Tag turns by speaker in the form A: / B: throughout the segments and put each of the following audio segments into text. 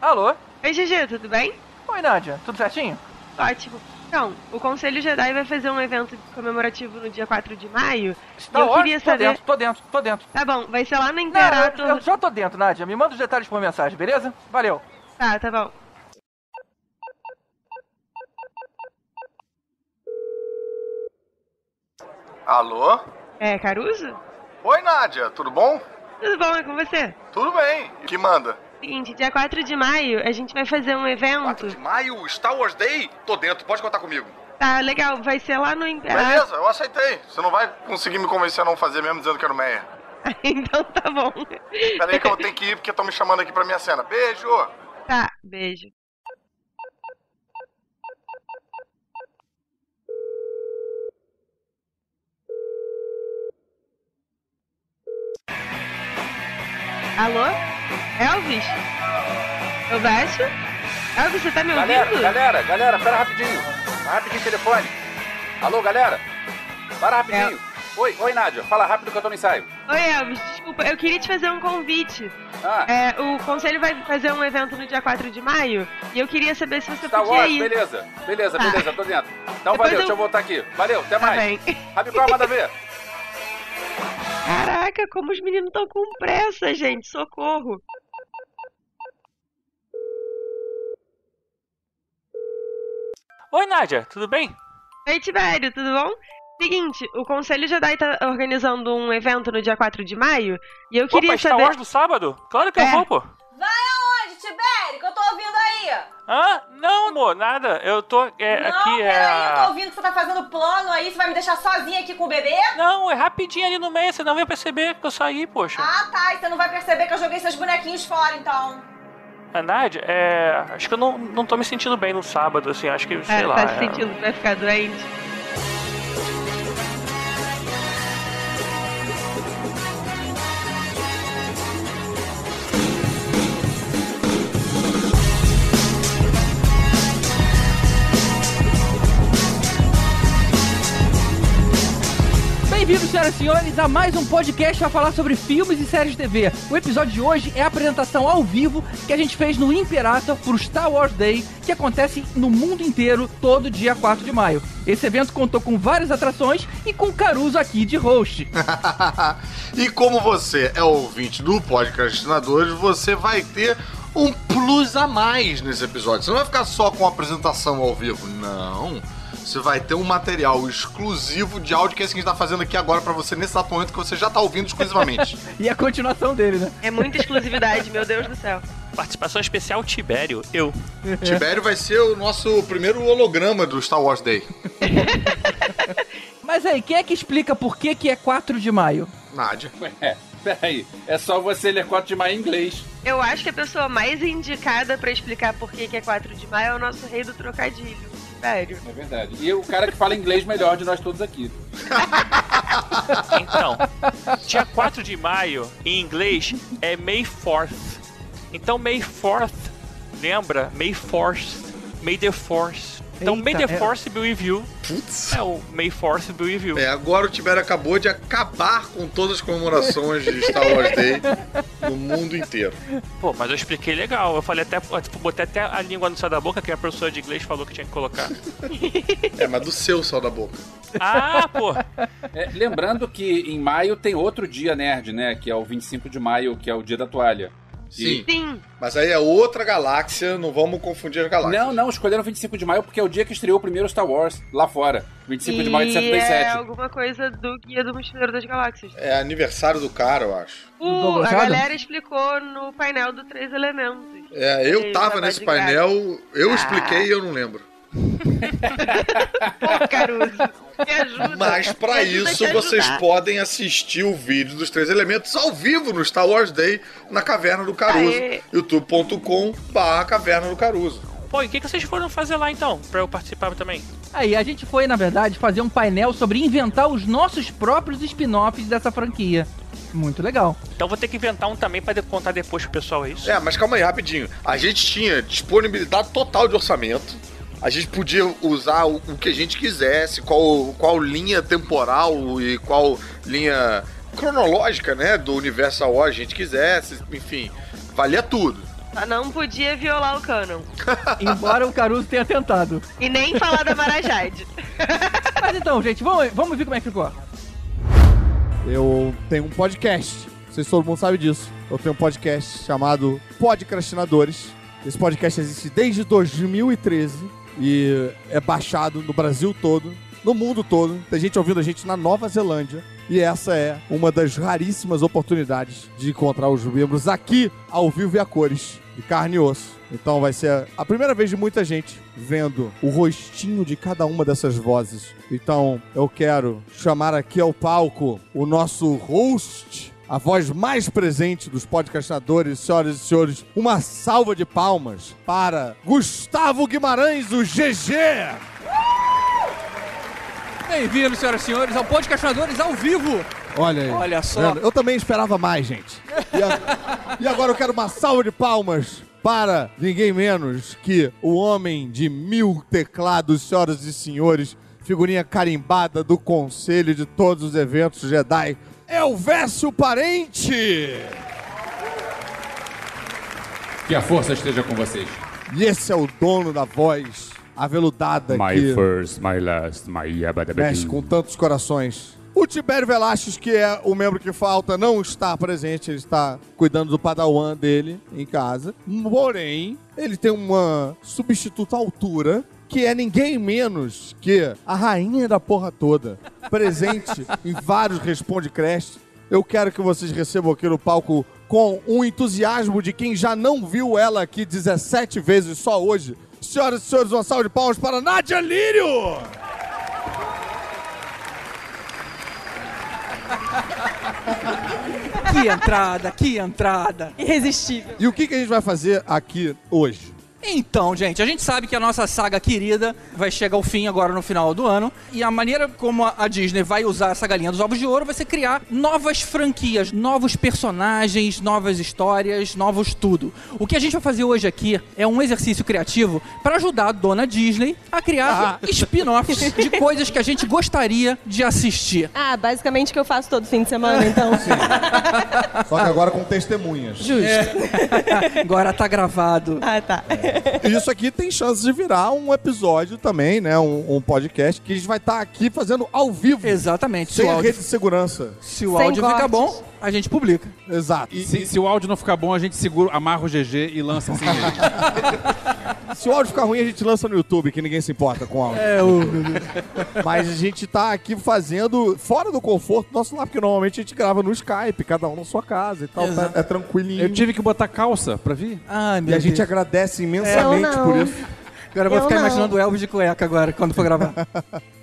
A: Alô?
B: Oi, Gigi, tudo bem?
A: Oi, Nádia. Tudo certinho?
B: Ótimo. Então, o Conselho Jedi vai fazer um evento comemorativo no dia 4 de maio.
A: Tá
B: e eu
A: ótimo.
B: queria
A: Tô
B: saber.
A: dentro, tô dentro, tô dentro.
B: Tá bom, vai ser lá na
A: Não,
B: Imperator.
A: eu, eu já tô dentro, Nádia. Me manda os detalhes por mensagem, beleza? Valeu.
B: Tá, tá bom.
C: Alô?
B: É, Caruso?
C: Oi, Nádia, tudo bom?
B: Tudo bom, é com você?
C: Tudo bem. O que manda?
B: Seguinte, dia 4 de maio a gente vai fazer um
C: 4 de
B: evento.
C: maio, Star Wars Day? Tô dentro, pode contar comigo.
B: Tá, legal, vai ser lá no Imperator.
C: Beleza, eu aceitei. Você não vai conseguir me convencer a não fazer mesmo dizendo que era o Meia.
B: então tá bom.
C: Peraí que eu tenho que ir porque estão me chamando aqui pra minha cena. Beijo!
B: Tá, beijo. Alô? Elvis? Eu baixo? Elvis, você tá me ouvindo?
D: Galera, galera, galera, pera rapidinho. Rapidinho o telefone. Alô, galera? Para rapidinho.
B: É.
D: Oi, oi, Nádia. Fala rápido que eu tô no ensaio.
B: Oi, Elvis, desculpa, eu queria te fazer um convite.
D: Ah,
B: É, o conselho vai fazer um evento no dia 4 de maio e eu queria saber se você
D: Star
B: podia
D: Wars,
B: ir.
D: beleza. Beleza,
B: Tá.
D: beleza, tô dentro. Então
B: Depois
D: valeu,
B: eu-
D: deixa eu voltar aqui. Valeu, até
B: Tá
D: mais.
B: bem.
D: Rabicó, manda ver.
B: Caraca, como os meninos estão com pressa, gente. Socorro.
E: Oi, Nádia, tudo bem?
B: Oi, Tibério, tudo bom? Seguinte, o Conselho Jedi tá organizando um evento no dia 4 de maio e eu queria
E: Opa, Star
B: saber.
E: Wars do sábado? Claro que
B: É.
E: eu vou, pô.
F: Onde, Tibério? Que eu tô ouvindo aí.
E: Hã? Não, amor, nada. Eu tô. É,
F: não,
E: aqui é.
F: peraí, eu
E: a-
F: tô ouvindo que você tá fazendo plano aí. Você vai me deixar sozinha aqui com o bebê?
E: Não, é rapidinho ali no meio, você não vai perceber que eu saí, poxa.
F: Ah, tá. E você não vai perceber que eu joguei seus bonequinhos fora, então.
E: A Nádia, é. Acho que eu não, não tô me sentindo bem no sábado, assim. Acho que, sei
B: Ah,
E: lá.
B: tá se
E: é-
B: sentindo que vai ficar doente?
G: Bem-vindos, senhoras e senhores, a mais um podcast para falar sobre filmes e séries de TV. O episódio de hoje é a apresentação ao vivo que a gente fez no Imperator pro Star Wars Day, que acontece no mundo inteiro todo dia 4 de maio. Esse evento contou com várias atrações e com Caruso aqui de host.
C: e como você é ouvinte do Podcastinadores, você vai ter um plus a mais nesse episódio. Você não vai ficar só com a apresentação ao vivo, não. Você vai ter um material exclusivo de áudio que é esse que a gente tá fazendo aqui agora pra você nesse exato momento que você já tá ouvindo exclusivamente.
G: E a continuação dele, né?
B: É muita exclusividade, meu Deus do céu.
E: Participação especial Tibério, eu.
C: Tibério vai ser o nosso primeiro holograma do Star Wars Day.
G: Mas aí, quem é que explica por que, que é 4 de maio?
C: Nádia.
D: É, peraí. É só você ler 4 de maio em inglês.
B: Eu acho que a pessoa mais indicada pra explicar por que, que é 4 de maio é o nosso rei do trocadilho. Sério.
D: É verdade. E o cara que fala inglês melhor de nós todos aqui.
E: Então, dia 4 de maio, em inglês, é May 4th. Então, May 4th, lembra? May 4th. May the Force. Então, May
G: Eita,
E: the
G: é-
E: Force be with you.
C: Putz.
E: É o May 4th be with you.
C: É, agora o Tibério acabou de acabar com todas as comemorações de Star Wars Day no mundo inteiro.
E: Pô, mas eu expliquei legal. Eu falei até, tipo, botei até a língua no céu da boca que a professora de inglês falou que tinha que colocar.
C: É, mas do seu só da boca.
E: Ah, pô.
D: É, lembrando que em maio tem outro dia nerd, né? Que é o 25 de maio, que é o dia da toalha.
C: Sim,
B: Sim,
C: mas aí é outra galáxia, não vamos confundir as galáxias.
D: Não, não, escolheram 25 de maio porque é o dia que estreou o primeiro Star Wars lá fora. 25 de maio de
B: e é
D: 77.
B: alguma coisa do Guia do Mochileiro das Galáxias.
C: É aniversário do cara, eu acho.
B: Uh,
G: Douglas
B: a
G: Adams?
B: galera explicou no painel do Três Elementos.
C: É, eu
B: Ele
C: tava
B: tava
C: nesse
B: tá de gato.
C: painel, eu
B: Ah.
C: expliquei e eu não lembro.
B: Pô, Caruso, me ajuda.
C: Mas pra
B: Me ajuda a
C: isso
B: te
C: vocês
B: ajudar.
C: podem assistir o vídeo dos três elementos ao vivo no Star Wars Day na Caverna do Caruso,
B: Aê.
C: youtube.com barra Caverna do Caruso.
E: Pô, e o que, que vocês foram fazer lá então? Pra eu participar também?
G: Aí, a gente foi, na verdade, fazer um painel sobre inventar os nossos próprios spin-offs dessa franquia. Muito legal.
E: Então vou ter que inventar um também pra de- contar depois pro pessoal, é isso?
C: É, mas calma aí, rapidinho. A gente tinha disponibilidade total de orçamento. A gente podia usar o, o que a gente quisesse, qual, qual linha temporal e qual linha cronológica, né, do universo Star Wars a gente quisesse, enfim, valia tudo.
H: Só não podia violar o canon.
G: Embora o Caruso tenha tentado.
H: E nem falar da Marajade.
G: Mas então, gente, vamos, vamos ver como é que ficou.
I: Eu tenho um podcast. Vocês todo mundo sabe disso. Eu tenho um podcast chamado Podcrastinadores. Esse podcast existe desde 2013 e é baixado no Brasil todo, no mundo todo. Tem gente ouvindo a gente na Nova Zelândia. E essa é uma das raríssimas oportunidades de encontrar os membros aqui, ao vivo e a cores, de carne e osso. Então vai ser a primeira vez de muita gente vendo o rostinho de cada uma dessas vozes. Então eu quero chamar aqui ao palco o nosso host, a voz mais presente dos podcastadores, senhoras e senhores. Uma salva de palmas para Gustavo Guimarães, o GG!
G: Bem-vindos, senhoras e senhores, ao Podcastinadores ao vivo.
I: Olha aí. Tá
G: Olha só.
I: Vendo? Eu também esperava mais, gente. E, a- e agora eu quero uma salva de palmas para ninguém menos que o homem de mil teclados, senhoras e senhores, figurinha carimbada do conselho de todos os eventos Jedi, Elvésio Parente!
J: Que a força esteja com vocês.
I: E esse é o dono da voz aveludada que
J: first, my last, my yabadabadoo.
I: mexe com tantos corações. O Tibério Velasquez, que é o membro que falta, não está presente, ele está cuidando do padawan dele em casa. Porém, ele tem uma substituta à altura, que é ninguém menos que a rainha da porra toda, presente em vários Responde Crest. Eu quero que vocês recebam aqui no palco com um entusiasmo de quem já não viu ela aqui 17 vezes só hoje. Senhoras e senhores, uma salva de palmas para Nadia Lírio!
K: Que entrada, que entrada.
F: Irresistível.
I: E o que, que a gente vai fazer aqui hoje?
K: Então, gente, a gente sabe que a nossa saga querida vai chegar ao fim agora no final do ano. E a maneira como a- a Disney vai usar essa galinha dos ovos de ouro vai ser criar novas franquias, novos personagens, novas histórias, novos tudo. O que a gente vai fazer hoje aqui é um exercício criativo para ajudar a dona Disney a criar
G: Ah.
K: spin-offs de coisas que a gente gostaria de assistir.
B: Ah, basicamente o que eu faço todo fim de semana, então.
I: Só que agora com testemunhas.
K: Justo. Agora tá gravado.
B: ah, tá.
I: E isso aqui tem chance de virar um episódio também, né? Um, um podcast que a gente vai estar aqui fazendo ao vivo.
K: Exatamente. Se
I: Sem
K: o
I: a
K: áudio,
I: rede de segurança.
K: se o
B: Sem
K: áudio ficar
B: cortes.
K: bom, a gente publica.
I: Exato. E
J: Se, se o áudio não ficar bom, a gente segura, amarra o GG e lança assim mesmo.
I: se o áudio ficar ruim, a gente lança no YouTube, que ninguém se importa com áudio.
K: É, o...
I: Mas a gente tá aqui fazendo fora do conforto nosso lá, porque normalmente a gente grava no Skype, cada um na sua casa e tal. tá-
K: Exato.
I: é tranquilinho.
J: Eu tive que botar calça pra vir.
K: Ai, meu
I: E a gente
K: Deus.
I: agradece imensamente
B: Eu não.
I: por isso.
K: Agora eu vou
B: Eu
K: ficar
B: não.
K: imaginando o Elvis de cueca agora, quando for gravar.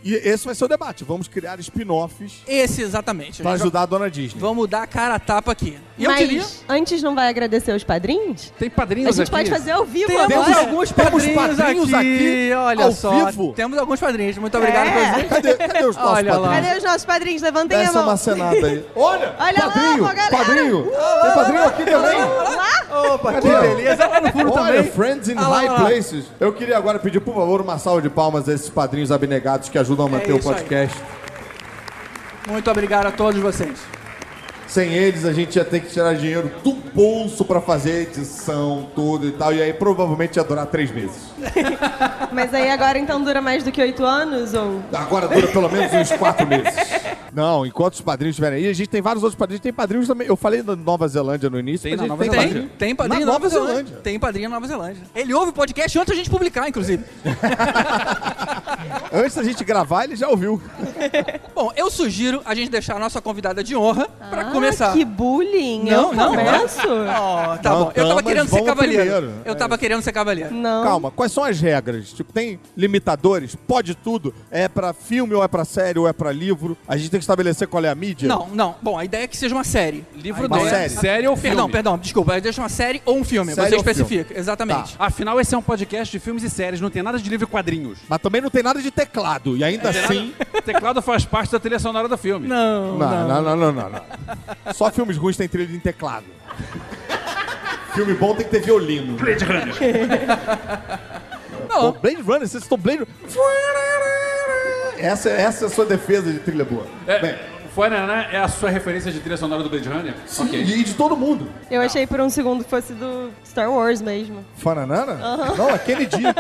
I: E esse vai ser o debate. Vamos criar spin-offs
K: Esse, exatamente.
I: pra
K: A gente
I: ajudar a dona Disney.
K: vai- Vamos dar a cara a tapa aqui. E eu
B: Mas
K: diria...
B: antes não vai agradecer os padrinhos?
J: Tem
B: a
J: padrinhos
B: gente
J: aqui.
B: pode fazer ao vivo
K: Temos
B: agora.
K: alguns
I: Temos
K: padrinhos,
I: padrinhos
K: aqui,
I: aqui,
K: olha
I: ao
K: só.
I: vivo.
K: Temos alguns padrinhos, muito obrigado
B: É.
K: por isso.
I: Cadê, cadê os nossos
K: Olha lá.
I: padrinhos?
B: Cadê os nossos padrinhos? Levantem
I: Dá
B: a
I: essa
B: mão.
I: macenada aí. Olha!
B: Olha lá,
I: padrinho,
B: ó, galera.
I: Padrinho! Tem padrinho aqui também!
K: Opa, que
I: Cadê?
K: beleza. Lá no fundo
I: Olha,
K: também.
I: Friends in
K: Ah, lá,
I: High
K: lá, lá.
I: Places. Eu queria agora pedir, por favor, uma salva de palmas a esses padrinhos abnegados que ajudam a manter o
K: isso aí.
I: podcast.
K: Muito obrigado a todos vocês.
I: Sem eles, a gente ia ter que tirar dinheiro do bolso pra fazer a edição, tudo e tal. E aí, provavelmente, ia durar três meses.
B: Mas aí agora então dura mais do que oito anos? Ou...
I: Agora dura pelo menos uns quatro meses. Não, enquanto os padrinhos estiverem aí, a gente tem vários outros padrinhos. Tem padrinhos também. Eu falei da Nova Zelândia no início.
J: Tem
I: mas
J: na
I: a gente
J: Nova
I: tem
K: Tem, tem padrinho
I: Na Nova Zelândia.
K: Tem padrinho na Nova Zelândia. Ele ouve o podcast antes da gente publicar, inclusive.
I: Antes da gente gravar, ele já ouviu.
K: Bom, eu sugiro a gente deixar a nossa convidada de honra pra começar.
B: Ah, que bullying.
K: Não,
B: eu
K: não.
B: começo?
K: Ó, tá
I: Não,
K: bom. Eu tava
I: damas,
K: querendo ser
I: Então, vamos
K: cavaleiro.
I: primeiro. É.
K: Eu tava querendo ser cavaleiro.
B: Não.
I: Calma, quais são as regras? Tipo, tem limitadores? Pode tudo? É pra filme, ou é pra série, ou é pra livro? A gente tem que estabelecer qual é a mídia?
K: Não, não. Bom, a ideia é que seja uma série.
J: Livro
I: Uma
J: não.
I: série.
J: Série. ou filme?
K: Perdão, perdão, desculpa. Deixa uma série ou um filme. Tá.
I: Série
K: você
I: ou filme.
K: especifica, exatamente. Ah,
J: Afinal, esse é um podcast de filmes e séries, não tem nada de livro e quadrinhos.
I: Mas também não tem nada de teclado, e ainda assim...
J: Teclado faz parte da trilha sonora do filme.
K: Não,
I: Não, não, não, não, não, não. Só filmes ruins tem trilha em teclado. Filme bom tem que ter violino. Blade Runner.
K: Não.
I: Blade Runner, vocês estão Blade Essa, essa é a sua defesa de trilha boa. Bem,
J: Foreigner é a sua referência de trilha sonora do Blade Runner? Sim,
I: e de todo mundo.
B: Eu achei por um segundo que fosse do Star Wars mesmo.
I: Fananana?
B: Aham.
I: Não, aquele dia.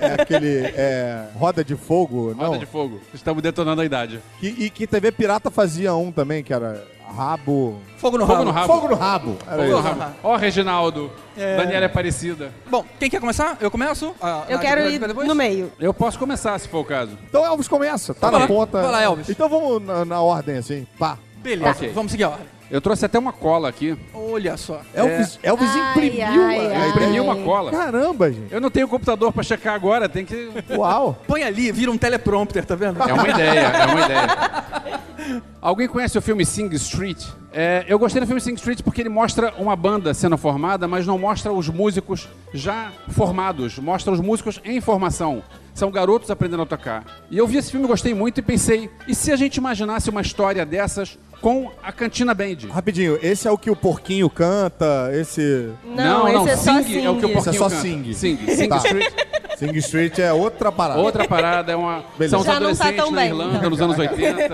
I: É aquele. É, roda de fogo? Não.
J: Roda de fogo. Estamos detonando a idade.
I: Que, e que TV Pirata fazia um também, que era rabo.
K: Fogo no
J: Fogo
K: rabo.
J: no rabo.
I: Fogo no rabo. Era
J: Fogo no
I: isso.
J: rabo. Ó, Reginaldo.
K: É.
J: Daniela é parecida.
K: Bom, quem quer começar? Eu começo? Ah,
B: Eu
K: Nádia,
B: quero
K: pra-
B: ir
K: pra depois?
B: no meio.
J: Eu posso começar, se for o caso.
I: Então Elvis começa, tá
J: Vai
I: na
J: lá.
I: ponta.
J: Vai lá, Elvis.
I: Então vamos na, na ordem assim, pá.
K: Beleza,
J: Ok.
K: vamos seguir a ordem.
J: Eu trouxe até uma cola aqui.
K: Olha só.
I: Elvis, Elvis
K: É. Ai,
I: imprimiu
K: ai,
I: a-
K: ai.
I: a ideia.
J: Imprimi uma cola.
I: Caramba, gente.
J: Eu não tenho computador pra checar agora, tem que...
I: Uau.
K: Põe ali, vira um teleprompter, tá vendo?
J: É uma ideia, é uma ideia. Alguém conhece o filme Sing Street? É, eu gostei do filme Sing Street porque ele mostra uma banda sendo formada, mas não mostra os músicos já formados, mostra os músicos em formação. São garotos aprendendo a tocar. E eu vi esse filme, gostei muito e pensei, e se a gente imaginasse uma história dessas com a Cantina Band?
I: Rapidinho, esse é o que o porquinho canta, esse.
B: Não, esse é só
J: Sing é o que o
B: Sing.
J: porquinho
I: Esse é só
J: canta.
I: Sing.
J: Sing, Sing
I: Tá.
J: Street.
I: Sing Street é outra parada.
J: Outra parada, é uma...
I: Beleza.
J: São os
B: Já não tá
J: adolescentes
B: tão
J: na
B: bem,
J: Irlanda,
B: então.
J: nos anos 80.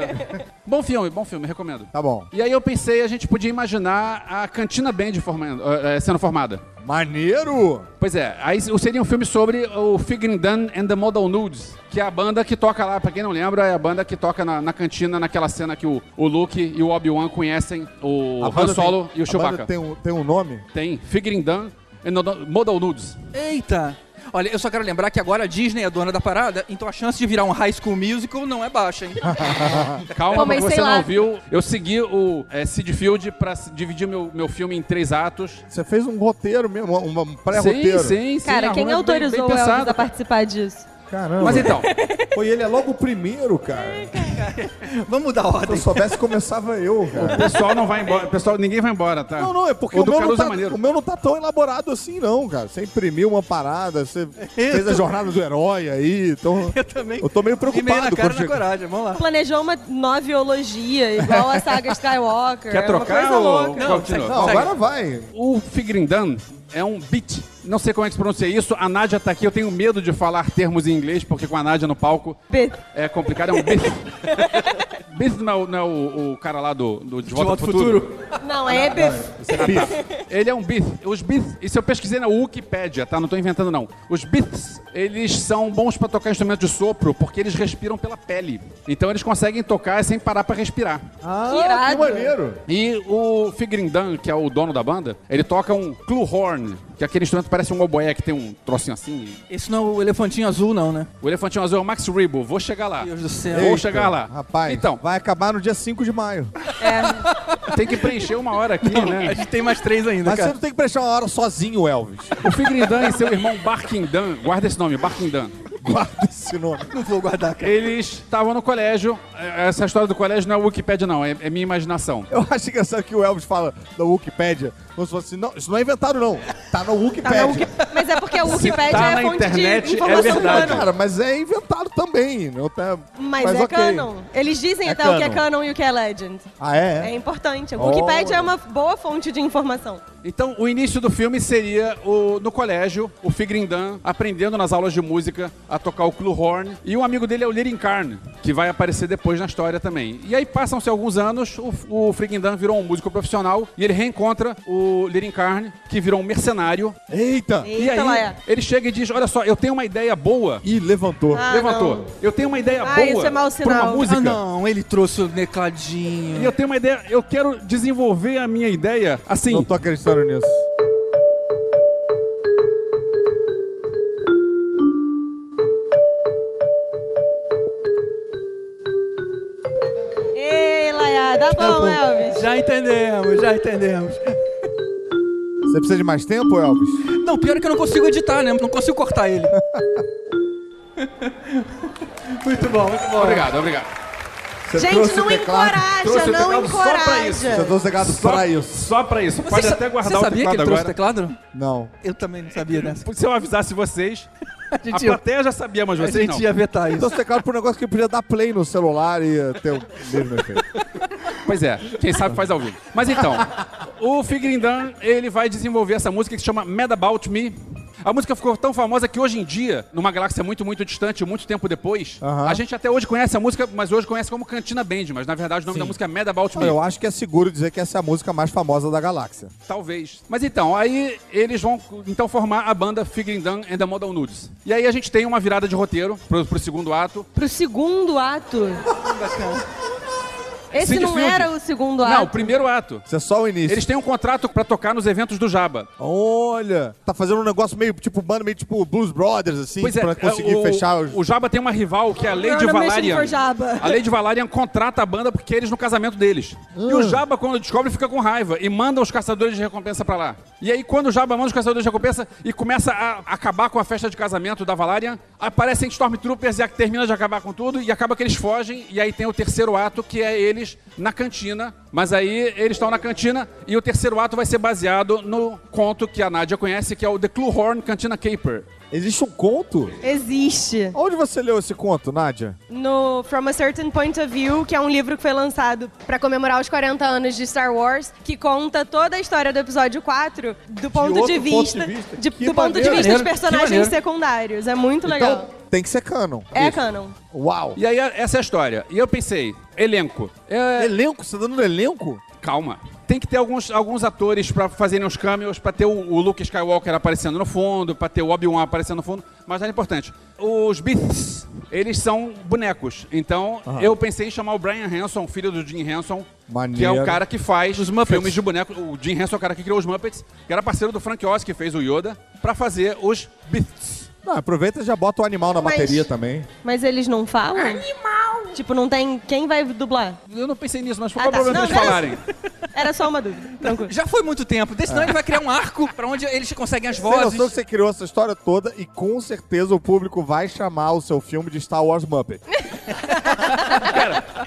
J: Bom filme, bom filme, recomendo.
I: Tá bom.
J: E aí eu pensei, a gente podia imaginar a Cantina Band formando- eh, eh, sendo formada.
I: Maneiro!
J: Pois é, aí seria um filme sobre o Figgin Dunn and the Model Nudes, que é a banda que toca lá, pra quem não lembra, é a banda que toca na, na cantina, naquela cena que o, o Luke e o Obi-Wan conhecem o Han
I: banda
J: Solo
I: tem-
J: e
I: a
J: o Chewbacca.
I: banda Tem um, tem um nome?
J: Tem Figgin Dunn and the Model Nudes.
K: Eita! Olha, eu só quero lembrar que agora a Disney é dona da parada, então a chance de virar um High School Musical não é baixa, hein?
J: Calma,
B: Bom, mas
J: você
B: sei lá.
J: não viu. Eu segui o eh, Sid Field pra s- dividir meu, meu filme em três atos.
I: Você fez um roteiro mesmo, um um pré-roteiro.
J: Sim, sim, sim.
B: Cara, quem
J: arrumado,
B: autorizou
J: bem, bem
B: o Elvis
J: pensado.
B: a participar disso?
I: Caramba.
J: Mas então,
I: Pô, e ele é logo o primeiro, cara.
K: Vamos mudar a
I: Se eu
K: ordem.
I: soubesse, começava eu,
J: o
I: cara.
J: pessoal não vai embora. o Pessoal, ninguém vai embora, tá?
I: Não, não, é porque
J: o
I: o,
J: do
I: meu não
J: Caruso
I: tá,
J: é maneiro.
I: o meu não tá tão elaborado assim, não, cara. Você imprimiu uma parada, você fez a jornada do herói aí, então...
K: É Eu também.
I: Eu tô meio
K: E meio na
I: preocupado
K: cara
I: quando
K: e na
I: chega.
K: coragem, vamos lá.
B: Planejou uma noviologia, igual a saga Skywalker.
J: Quer
B: é uma
J: trocar
B: coisa
J: ou
B: louca.
K: Não,
J: continua?
K: segue.
I: Não, agora vai.
J: é, O Figrindan é um beat. Não sei como é que se pronuncia isso. A Nádia tá aqui. Eu tenho medo de falar termos em inglês, porque com a Nádia no palco
B: Be-
J: é complicado. É um beat. beat não é, o- não é o, o cara lá do, do De Volta
K: Volta
J: ao
K: ao
J: Futuro.
B: Não, é bef-
J: Ele é um beat. Os beats, isso eu pesquisei na Wikipedia, tá? Não tô inventando, não. Os beats, eles são bons pra tocar instrumento de sopro, porque eles respiram pela pele. Então eles conseguem tocar sem parar pra respirar.
I: Ah,
J: tá?
B: irado.
I: que maneiro.
J: E o Figrindan, que é o dono da banda, ele toca um cluhorn, que é aquele instrumento que parece um oboé, que tem um trocinho assim.
K: Esse não é o elefantinho azul, não, né?
J: O elefantinho azul é o Max Rebo, vou chegar lá.
K: Meu Deus do céu.
J: Vou
I: Eita,
J: chegar lá.
I: Rapaz,
J: Então,
I: vai acabar no dia 5 de maio.
J: tem que preencher uma hora aqui,
K: A
J: né?
K: gente tem mais três ainda,
I: Mas você
K: cara.
I: não tem que prestar uma hora sozinho, Elvis.
J: O Figrindan e seu irmão Barkindan, guarda esse nome, Barkindan.
I: Guarda esse nome.
K: Não vou guardar, cara.
J: Eles estavam no colégio. Essa história do colégio não é Wikipedia, não, é, é minha imaginação.
I: Eu acho engraçado que o Elvis fala da Wikipédia como se fosse assim, não, isso não é inventado não, tá
B: Tá
I: na
B: na
I: Wikipédia.
B: Wiki- Mas é porque a Wikipedia
J: tá
B: é
J: na
B: fonte
J: internet,
B: de
J: é
B: informação
J: verdade.
B: humana.
I: Cara, mas é inventado também, não tá...
B: Mas, é
I: ok.
B: canon. Eles dizem
I: É
B: até o que é
I: canon.
B: canon e o que é legend.
I: Ah,
B: É
I: é?
B: importante. A
I: Olha.
B: Wikipedia é uma boa fonte de informação.
J: Então, o início do filme seria o- no colégio, o Figrindan aprendendo nas aulas de música a tocar o cluhorn. E um amigo dele é o Lirin Carne, que vai aparecer depois na história também. E aí passam-se alguns anos, o, o Figrindan virou um músico profissional e ele reencontra o Lirin Carne, que virou um mercenário.
I: Eita!
B: Eita,
J: e aí
B: lá é.
J: ele chega e diz: Olha só, eu tenho uma ideia boa.
I: Ih, levantou.
B: Ah,
J: Levantou.
B: não.
J: Eu tenho uma ideia
B: Ah,
J: boa
B: isso é mau
J: pra uma
B: sinal.
J: música.
K: Ah, não, ele trouxe o
J: E
K: tecladinho.
J: eu tenho uma ideia, eu quero desenvolver a minha ideia assim.
I: Não tô acreditando nisso.
B: Ei, Laia, dá bom, Elvis.
K: Já entendemos, já entendemos.
I: Você precisa de mais tempo, Elvis?
K: Não, pior é que eu não consigo editar, né? Não consigo cortar ele. muito bom, muito bom.
J: Obrigado, obrigado.
I: Você
B: Gente,
I: trouxe
B: não
I: o teclado-
J: trouxe
B: encoraja,
J: o
B: não
J: teclado só pra isso.
I: Você
B: encoraja.
I: trouxe o teclado pra isso.
J: Só pra isso. Pode
K: sa-
J: até guardar
K: você
J: o
K: sabia que
J: teclado
K: ele trouxe o
J: agora.
K: teclado?
I: Não.
K: Eu também não sabia dessa.
J: Se eu avisasse vocês,
K: A
J: a
K: gente, ia,
J: plateia já sabia, mas
K: a
J: vocês
K: gente
J: não.
K: ia vetar isso.
I: Trouxe o teclado pro negócio que podia dar play no celular e ter o mesmo efeito.
J: Pois é, quem sabe faz ao vivo. Mas então, o Figrindan, ele vai desenvolver essa música que se chama Mad About Me. A música ficou tão famosa que hoje em dia, numa galáxia muito, muito distante, muito tempo depois, a gente até hoje conhece a música, mas hoje conhece como Cantina Band, mas na verdade o nome da música é Mad About Me.
I: Eu acho que é seguro dizer que essa é a música mais famosa da galáxia.
J: Talvez. Mas então, aí eles vão então formar a banda Figuring Down and the Model Nudes. E aí a gente tem uma virada de roteiro pro, pro segundo ato.
B: Pro segundo ato? Esse não
J: Singfield.
B: era o segundo
J: Não, o
B: ato.
J: primeiro ato.
I: Isso é só o início.
J: Eles têm um contrato pra tocar nos eventos do Jabba.
I: Olha, tá fazendo um negócio meio tipo banda, meio tipo Blues Brothers, assim,
J: Pois é,
I: pra conseguir
J: o,
I: fechar os.
J: o Jabba tem uma rival que é a Lady
B: You're not
J: Valarian.
B: missing for Jabba.
J: A Lady Valarian contrata a banda porque eles no casamento deles. E
I: Ah.
J: o Jabba, quando descobre, fica com raiva e manda os caçadores de recompensa pra lá. E aí, quando o Jabba manda os caçadores de recompensa e começa a acabar com a festa de casamento da Valarian, aparecem Stormtroopers e a- termina de acabar com tudo e acaba que eles fogem. E aí tem o terceiro ato, que é eles na cantina. Mas aí eles estão na cantina e o terceiro ato vai ser baseado no conto que a Nadia conhece, que é o The Cluehorn Cantina Caper.
I: Existe um conto?
B: Existe.
I: Onde você leu esse conto, Nádia?
B: No From a Certain Point of View, que é um livro que foi lançado pra comemorar os 40 anos de Star Wars, que conta toda a história do episódio 4 do ponto de
I: outro ponto de
B: vista,
I: vista?
B: de-
I: Que
B: do ponto de
I: maneiro.
B: vista dos
I: Que
B: personagens
I: maneiro.
B: secundários. É muito legal.
I: Então, tem que ser canon.
B: é
I: Isso.
B: canon.
I: Uau.
J: E aí, essa é a história. E eu pensei, elenco. É,
I: Elenco? Você tá dando elenco?
J: Calma. Tem que ter alguns, alguns atores pra fazerem os cameos, pra ter o, o Luke Skywalker aparecendo no fundo, pra ter o Obi-Wan aparecendo no fundo. Mas não é importante. Os Beasts, eles são bonecos. Então,
I: Aham.
J: eu pensei em chamar o Brian Hanson, filho do Jim Henson, que é
I: Maneiro.
J: o cara que faz os filmes de boneco. O Jim Henson é o cara que criou os Muppets, que era parceiro do Frank Oz, que fez o Yoda, pra fazer os Beasts.
I: Não, aproveita e já bota o animal na
B: Mas-
I: bateria também.
B: Mas eles não falam? Animal! Tipo, não tem. Quem vai dublar?
J: Eu não pensei nisso, mas
B: foi
J: qual o problema deles falarem?
B: Era só uma dúvida. Tranquilo.
K: Já foi muito tempo. Desse senão ele vai criar um arco pra onde eles conseguem as
I: Você noção que
K: vozes.
I: você criou essa história toda e com certeza o público vai chamar o seu filme de Star Wars Muppet.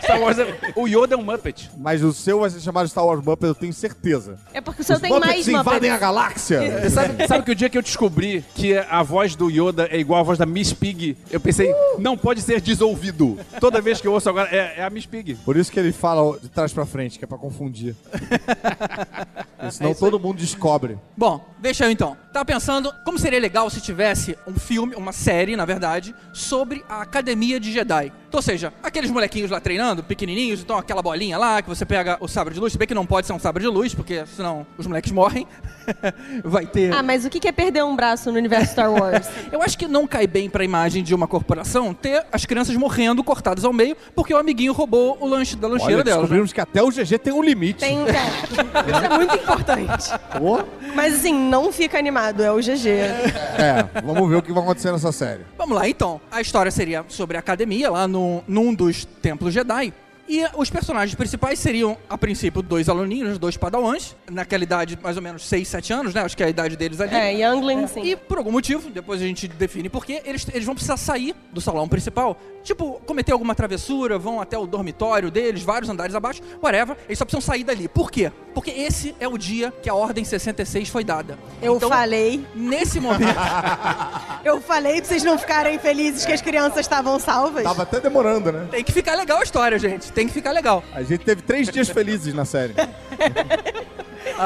J: Star Wars é- o Yoda é um Muppet.
I: Mas o seu vai ser chamado Star Wars Muppet, eu tenho certeza.
B: É porque o seu
I: Os
B: tem
I: Muppets
B: mais
I: invadem
B: Muppets.
I: a galáxia.
J: É, Sabe, sabe que o dia que eu descobri que a voz do Yoda é igual a voz da Miss Pig, eu pensei, não pode ser desouvido. Toda vez que eu ouço agora, é, é a Miss Pig.
I: Por isso que ele fala de trás pra frente, que é pra confundir. Porque Senão
B: É
I: todo mundo descobre.
K: Bom, deixa eu então. Tava pensando como seria legal se tivesse um filme, uma série, na verdade, sobre a academia de Jedi. Então, ou seja, aqueles molequinhos lá treinando, pequenininhos, então aquela bolinha lá que você pega o sabre de luz, se bem que não pode ser um sabre de luz, porque senão os moleques morrem. Vai ter.
B: Ah, mas o que que é perder um braço no universo Star Wars?
K: Eu acho que não cai bem pra imagem de uma corporação ter as crianças morrendo cortadas ao meio porque o amiguinho roubou o lanche da lancheira
I: Olha,
K: delas. né?
I: descobrimos que até o GG tem um limite.
B: Tem um cara. Isso é muito importante.
I: Ô,
B: Mas assim, não fica animado, é o GG.
I: É, vamos ver o que vai acontecer nessa série.
K: Vamos lá, então. A história seria sobre a academia lá no, num dos templos Jedi. E os personagens principais seriam, a princípio, dois aluninhos, dois padawans, naquela idade mais ou menos 6, 7 anos, né? Acho que é a idade deles ali.
B: É, Youngling, sim.
K: E por algum motivo, depois a gente define porquê, eles, eles vão precisar sair do salão principal. Tipo, cometer alguma travessura, vão até o dormitório deles, vários andares abaixo, whatever. Eles só precisam sair dali. Por quê? Porque esse é o dia que a Ordem 66 foi dada.
B: Eu
K: Então,
B: falei.
K: Nesse momento.
B: Eu falei pra vocês não ficarem felizes que as crianças estavam salvas.
I: Tava até demorando, né?
K: Tem que ficar legal a história, gente. Tem que ficar legal.
I: A gente teve três dias felizes na série.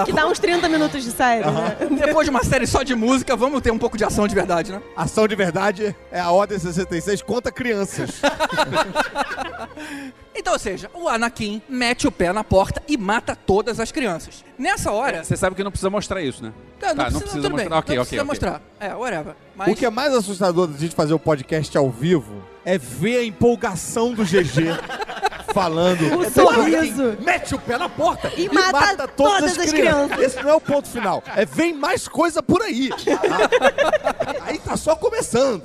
B: Que dá uns 30 minutos de série, né?
K: Depois de uma série só de música, vamos ter um pouco de ação de verdade, né?
I: Ação de verdade é a Ordem 66 contra crianças.
K: Então, ou seja, o Anakin mete o pé na porta e mata todas as crianças. Nessa hora.
J: Você sabe que não precisa mostrar isso, né?
K: Tá,
J: Tá,
K: não, precisa, tudo bem,
J: mostrar. Ok,
K: não
J: ok,
K: precisa
J: ok.
K: mostrar. É, whatever. Mas
I: O que é mais assustador da gente fazer o podcast ao vivo é ver a empolgação do GG falando.
B: O
I: "Então,
B: sorriso."
I: Anakin, Mete o pé na porta
B: E mata todas as crianças.
I: Esse não é o ponto final. É vem mais coisa por aí. tá? aí tá só começando.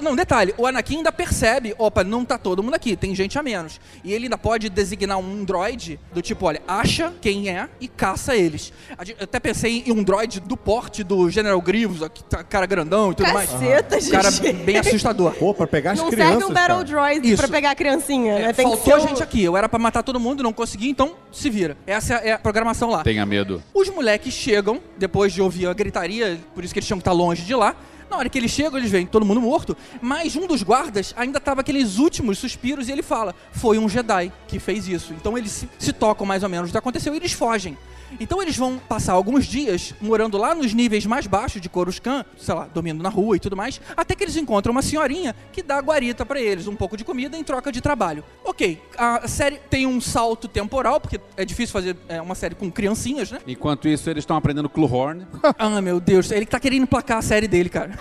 K: Não, detalhe, o Anakin ainda percebe, opa, não tá todo mundo aqui, tem gente a menos. E ele ainda pode designar um droid do tipo, olha, acha quem é e caça eles. A gente- Eu até pensei em um droid do porte do General Grievous, aqui tá- cara grandão e tudo
B: Caceta,
K: mais. Cara
B: gente.
K: bem assustador.
I: Pô, pra pegar as
B: Não
I: crianças.
B: serve um Battle
I: cara.
B: Droid
K: Isso.
B: pra pegar a criancinha. né? Tem que
K: Faltou a
B: ser um-
K: gente aqui, eu era pra matar todo mundo, não consegui, então se vira. Essa é a programação lá.
J: Tenha medo.
K: Os moleques chegam, depois de ouvir a gritaria, por isso que eles tinham que estar longe de lá. Na hora que eles chegam, eles veem todo mundo morto, mas um dos guardas ainda tava aqueles últimos suspiros e ele fala: Foi um Jedi que fez isso. Então eles se, se tocam mais ou menos do que aconteceu e eles fogem. Então eles vão passar alguns dias morando lá nos níveis mais baixos de Coruscant, sei lá, dormindo na rua e tudo mais, até que eles encontram uma senhorinha que dá guarita pra eles, um pouco de comida em troca de trabalho. Ok, a série tem um salto temporal, porque é difícil fazer é, uma série com criancinhas, né?
J: Enquanto isso, eles estão aprendendo Cluhorn.
K: ah, meu Deus, ele tá querendo placar a série dele, cara.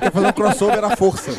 I: Quer fazer um crossover à força.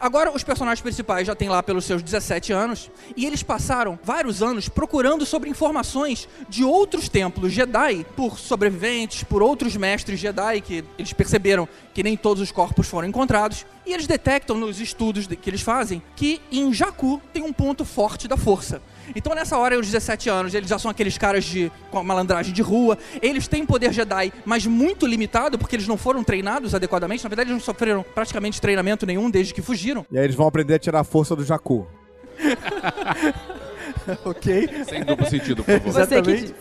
K: Agora, os personagens principais já têm lá pelos seus 17 anos, e eles passaram vários anos procurando sobre informações de outros templos Jedi, por sobreviventes, por outros mestres Jedi, que eles perceberam que nem todos os corpos foram encontrados. E eles detectam nos estudos de- que eles fazem que em Jakku tem um ponto forte da força. Então nessa hora, os 17 anos, eles já são aqueles caras de com a malandragem de rua, eles têm poder Jedi, mas muito limitado, porque eles não foram treinados adequadamente. Na verdade, eles não sofreram praticamente treinamento nenhum desde que fugiram.
I: E aí eles vão aprender a tirar a força do Jacu.
K: ok.
J: Sem duplo sentido, por favor.
B: Você que
K: Exatamente.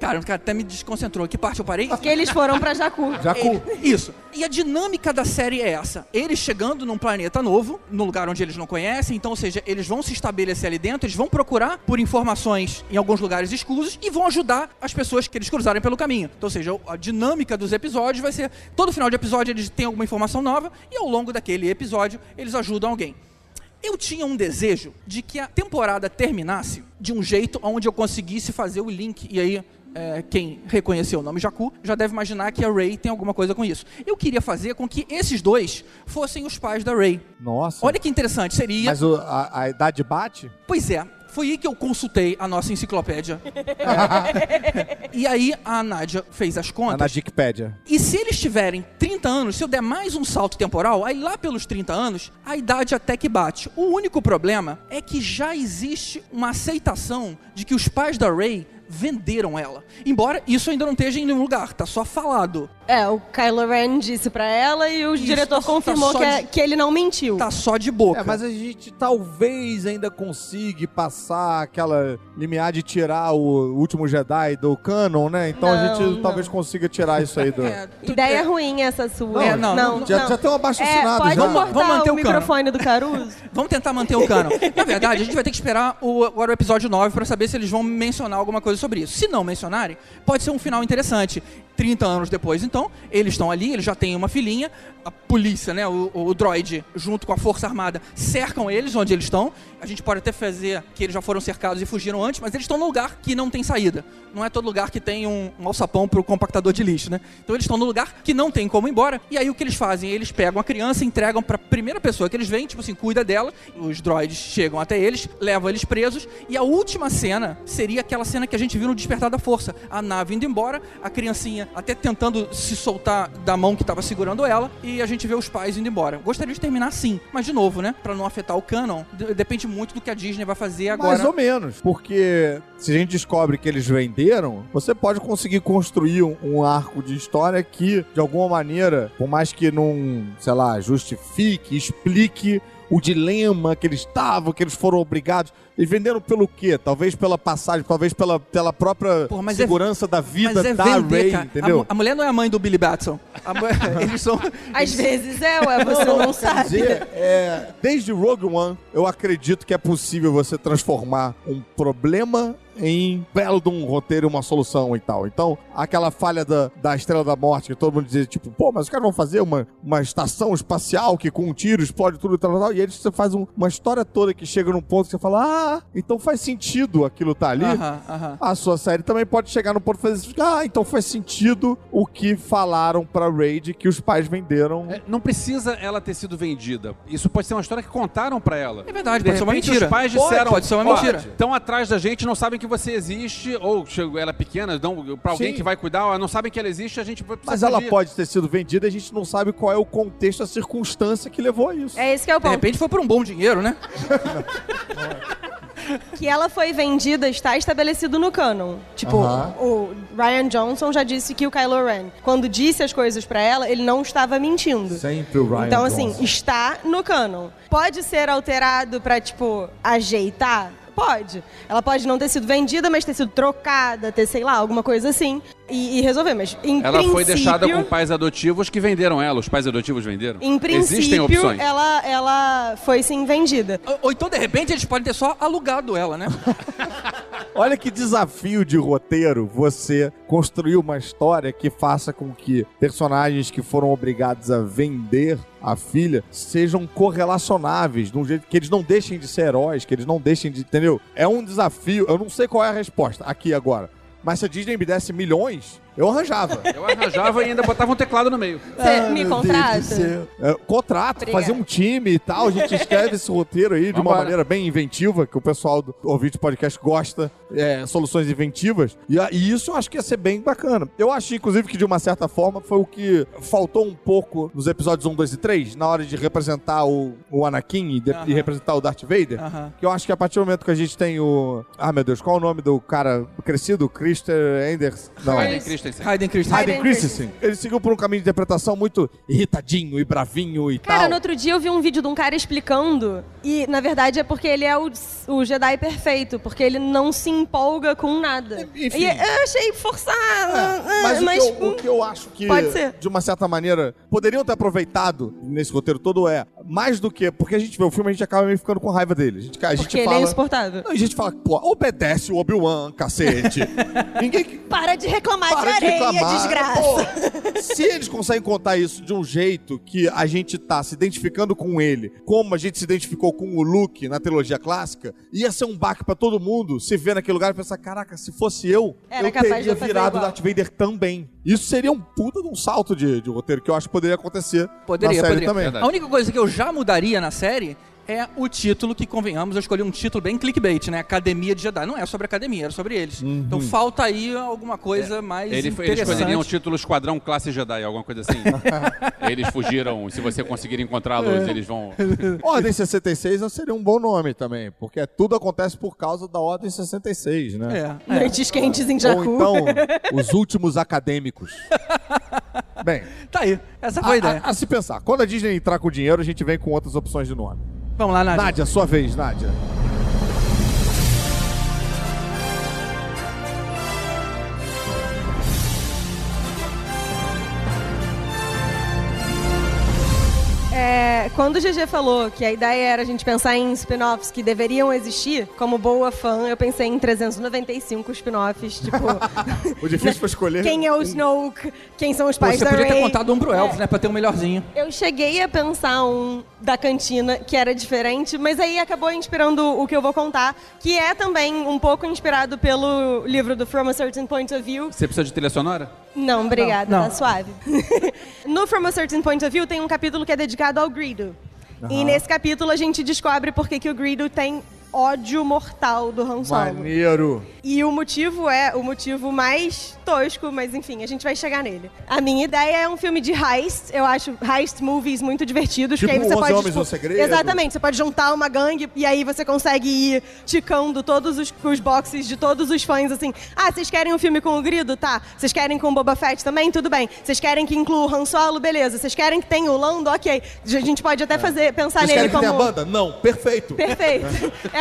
K: Cara, cara, até me desconcentrou. Que parte eu parei?
B: Que eles foram pra Jacu.
K: Ele- Isso. E a dinâmica da série é essa. Eles chegando num planeta novo, num lugar onde eles não conhecem, então, ou seja, eles vão se estabelecer ali dentro, eles vão procurar por informações em alguns lugares exclusos e vão ajudar as pessoas que eles cruzarem pelo caminho. Então, ou seja, a dinâmica dos episódios vai ser... Todo final de episódio eles têm alguma informação nova e ao longo daquele episódio eles ajudam alguém. Eu tinha um desejo de que a temporada terminasse de um jeito onde eu conseguisse fazer o link. E aí, é, quem reconheceu o nome Jakku já deve imaginar que a Ray tem alguma coisa com isso. Eu queria fazer com que esses dois fossem os pais da Ray.
I: Nossa.
K: Olha que interessante, seria.
I: Mas o- a, a idade bate?
K: Pois é, foi aí que eu consultei a nossa enciclopédia. É. e aí a Nádia fez as
I: Tá
K: contas.
I: na Wikipédia.
K: E se eles tiverem 30 anos, se eu der mais um salto temporal, aí lá pelos 30 anos, a idade até que bate. O único problema é que já existe uma aceitação de que os pais da Ray venderam ela. Embora isso ainda não esteja em nenhum lugar, tá só falado.
B: É, o Kylo Ren disse pra ela e o diretor confirmou que, é- que ele não mentiu.
K: Tá só de boca.
I: É, mas a gente talvez ainda consiga passar aquela limiar de tirar o último Jedi do canon, né? Então a
B: Não, É,
I: gente
B: não.
I: talvez consiga tirar isso aí do.
B: Ideia ruim essa sua.
K: É, não, não,
I: já- já tem um abaixo-assinado,
B: É, pode
I: já.
B: cortar
K: Vamos manter
B: o,
K: o cano.
B: microfone do Caruso.
K: Vamos tentar manter o cano. Na verdade, a gente vai ter que esperar o, agora o episódio 9 pra saber se eles vão mencionar alguma coisa sobre isso. Se não mencionarem, pode ser um final interessante. 30 anos depois, então, eles estão ali, eles já têm uma filhinha, a polícia, né, o, o droid, junto com a Força Armada, cercam eles onde eles estão. A gente pode até fazer que eles já foram cercados e fugiram antes, mas eles estão num lugar que não tem saída. Não é todo lugar que tem um, um alçapão pro compactador de lixo, né? Então eles estão num lugar que não tem como ir embora. E aí o que eles fazem? Eles pegam a criança, entregam pra primeira pessoa que eles veem, tipo assim, cuida dela. Os droids chegam até eles, levam eles presos. E a última cena seria aquela cena que a gente viu no Despertar da Força: a nave indo embora, a criancinha até tentando se soltar da mão que tava segurando ela, e a gente vê os pais indo embora. Gostaria de terminar assim, mas de novo, né? Pra não afetar o canon, de- depende muito do que a Disney vai fazer agora.
I: Mais ou menos. Porque se a gente descobre que eles venderam, você pode conseguir construir um, um arco de história que, de alguma maneira, por mais que não, sei lá, justifique, explique o dilema que eles estavam, que eles foram obrigados. Eles venderam pelo quê? Talvez pela passagem, talvez pela, pela própria
K: Porra, mas é-
I: segurança da vida
K: Mas é
I: da
K: vender,
I: Ray,
K: cara. A,
I: entendeu?
K: mu- a mulher não é a mãe do Billy Batson. A mu- eles são.
B: Às vezes é, ué, você
I: Não,
B: não,
I: quer
B: sabe.
I: dizer, é, desde Rogue One, eu acredito que é possível você transformar um problema em belo de um roteiro e uma solução e tal. Então, aquela falha da, da Estrela da Morte, que todo mundo dizia, tipo, pô, mas os caras vão fazer uma, uma estação espacial que com um tiro explode tudo e tal, tal, tal. e aí você faz um- uma história toda que chega num ponto que você fala, ah, então faz sentido aquilo tá ali.
K: Aham, aham.
I: A sua série também pode chegar no ponto de fazer isso. Ah, então faz sentido o que falaram pra Raid que os pais venderam.
J: É, Não precisa ela ter sido vendida. Isso pode ser uma história que contaram pra ela. É
K: verdade, pode ser uma mentira.
J: Os pais
K: Pode,
J: disseram,
K: pode ser uma
J: "Ó,
K: mentira."
J: Estão atrás da gente, não sabem que você existe ou chegou- ela é pequena, dão para alguém
I: Sim.
J: que vai cuidar, ó, não sabem que ela existe, a gente vai precisar
I: Mas ela
J: fugir.
I: pode ter sido vendida, a gente não sabe qual é o contexto, a circunstância que levou a isso.
B: É esse que é o
K: De
B: ponto.
K: repente foi por um bom dinheiro, né?
B: Que ela foi vendida está estabelecido no canon. Tipo,
I: Aham.
B: o Ryan Johnson já disse que o Kylo Ren, quando disse as coisas pra ela, ele não estava mentindo.
I: Sempre o Ryan
B: Então, assim,
I: Johnson.
B: está no canon. Pode ser alterado pra, tipo, ajeitar? Pode. Ela pode não ter sido vendida, mas ter sido trocada, ter, sei lá, alguma coisa assim. E, e resolver. Mas em
J: Ela foi
B: princípio-
J: deixada com pais adotivos que venderam ela. Os pais adotivos venderam.
B: Em princípio,
J: Existem opções.
B: Ela, ela foi sim vendida.
K: Ou então, de repente, eles podem ter só alugado ela, né?
I: Olha que desafio de roteiro você construir uma história que faça com que personagens que foram obrigados a vender a filha sejam correlacionáveis, de um jeito que eles não deixem de ser heróis, que eles não deixem de. Entendeu? É um desafio. Eu não sei qual é a resposta aqui agora. Mas se a Disney me desse milhões, eu arranjava.
J: Eu arranjava e ainda botava um teclado no meio.
B: Você me
I: É,
B: contrata?
I: contrato,
B: Obrigada.
I: fazer um time e tal. A gente escreve esse roteiro aí de uma
J: Vambora.
I: maneira bem inventiva, que o pessoal do ouvinte do podcast gosta. é, soluções inventivas. E, a- e isso eu acho que ia ser bem bacana. Eu acho, inclusive, que de uma certa forma foi o que faltou um pouco nos episódios 1, 2 e 3, na hora de representar o, o Anakin e, de- e representar o Darth Vader.
K: Aham.
I: Que eu acho que a partir do momento que a gente tem o. Ah, meu Deus, qual é o nome do cara crescido? Christer Enders. Não.
J: Hayden Christensen.
K: Hayden Christensen.
I: Hayden Christensen. Ele seguiu por um caminho de interpretação muito irritadinho e bravinho e
B: Cara,
I: tal.
B: no outro dia eu vi um vídeo de um cara explicando. E, na verdade, é porque ele é o, o Jedi perfeito. Porque ele não se empolga com nada.
I: Enfim. É,
B: E eu achei forçado.
I: Mas,
B: ah, mas,
I: o, que eu, o que eu acho que,
B: pode ser.
I: de uma certa maneira, poderiam ter aproveitado nesse roteiro todo é, mais do que, porque a gente vê o filme, a gente acaba meio ficando com raiva dele. A gente, a gente
B: Porque ele
I: fala,
B: é insuportável.
I: Não, A gente fala, pô, obedece o Obi-Wan, cacete. Ninguém
F: Para de reclamar
I: para
F: de
I: de
F: areia,
I: reclamar.
F: desgraça.
I: Pô, se eles conseguem contar isso de um jeito que a gente tá se identificando com ele, como a gente se identificou com o Luke na trilogia clássica, ia ser um baque pra todo mundo se ver naquele lugar e pensar, caraca, se fosse eu,
B: Era
I: eu
B: capaz de
I: teria
B: eu fazer
I: virado
B: igual.
I: Darth Vader também. Isso seria um puta de um salto de, de roteiro que eu acho que poderia acontecer
K: Poderia,
I: na série
K: poderia.
I: também.
K: A única coisa que eu já mudaria na série é o título que, convenhamos, eu escolhi um título bem clickbait, né? Academia de Jedi. Não é sobre academia, era sobre eles. Então falta aí alguma coisa mais
J: Uhum. É. Ele, foi- eles
K: interessante.
J: escolheriam o título Esquadrão Classe Jedi, alguma coisa assim. eles fugiram. Se você conseguir
B: É.
J: encontrá-los, eles vão.
I: Ordem 66 seria um bom nome também, porque é tudo acontece por causa da Ordem 66, né?
K: É, é.
B: Noites quentes em Jakku.
I: Ou então, os últimos acadêmicos. Bem,
K: Tá aí. Essa
J: Ah,
K: foi a,
I: a,
K: ideia.
I: a- a se pensar. Quando a Disney entrar com dinheiro, a gente vem com outras opções de nome.
J: ah,
K: Vamos lá, Nádia.
I: Nádia, sua vez, Nádia.
B: É, quando o GG falou que a ideia era a gente pensar em spin-offs que deveriam existir, como boa fã, eu pensei em 395 spin-offs, tipo,
I: O difícil foi escolher.
B: quem é o Snoke, quem são os
K: Pô,
B: pais
K: Você
B: da
K: podia ter
B: Rey. É,
K: contado um pro Elvis, né? Pra ter um melhorzinho.
B: Eu cheguei a pensar um da cantina que era diferente, mas aí acabou inspirando o que eu vou contar, que é também um pouco inspirado pelo livro do From a Certain Point of View,
J: Você precisa de trilha sonora?
B: não, obrigada,
K: Não, não.
B: tá suave. no From a Certain Point of View tem um capítulo que é dedicado ao Greedo. E nesse capítulo a gente descobre por que que o Greedo tem ódio mortal do Han Solo.
I: Maneiro.
B: E o motivo é o motivo mais tosco, mas enfim, a gente vai chegar nele. A minha ideia é um filme de heist. Eu acho heist movies muito divertidos.
I: Tipo
B: que aí você
I: 11
B: pode,
I: Homens,
B: tipo,
I: um Segredo.
B: Exatamente, você pode juntar uma gangue e aí você consegue ir ticando todos os, os boxes de todos os fãs, assim. Ah, vocês querem um filme com o Grido? Tá. Vocês querem com o Boba Fett também? Tudo bem. Vocês querem que inclua o Han Solo? Beleza. Vocês querem que tenha o Lando? Ok. A gente pode até fazer, pensar
I: Vocês
B: nele
I: querem que
B: como...
I: tenha banda? Não, perfeito.
B: Perfeito.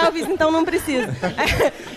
B: Elvis, então não precisa.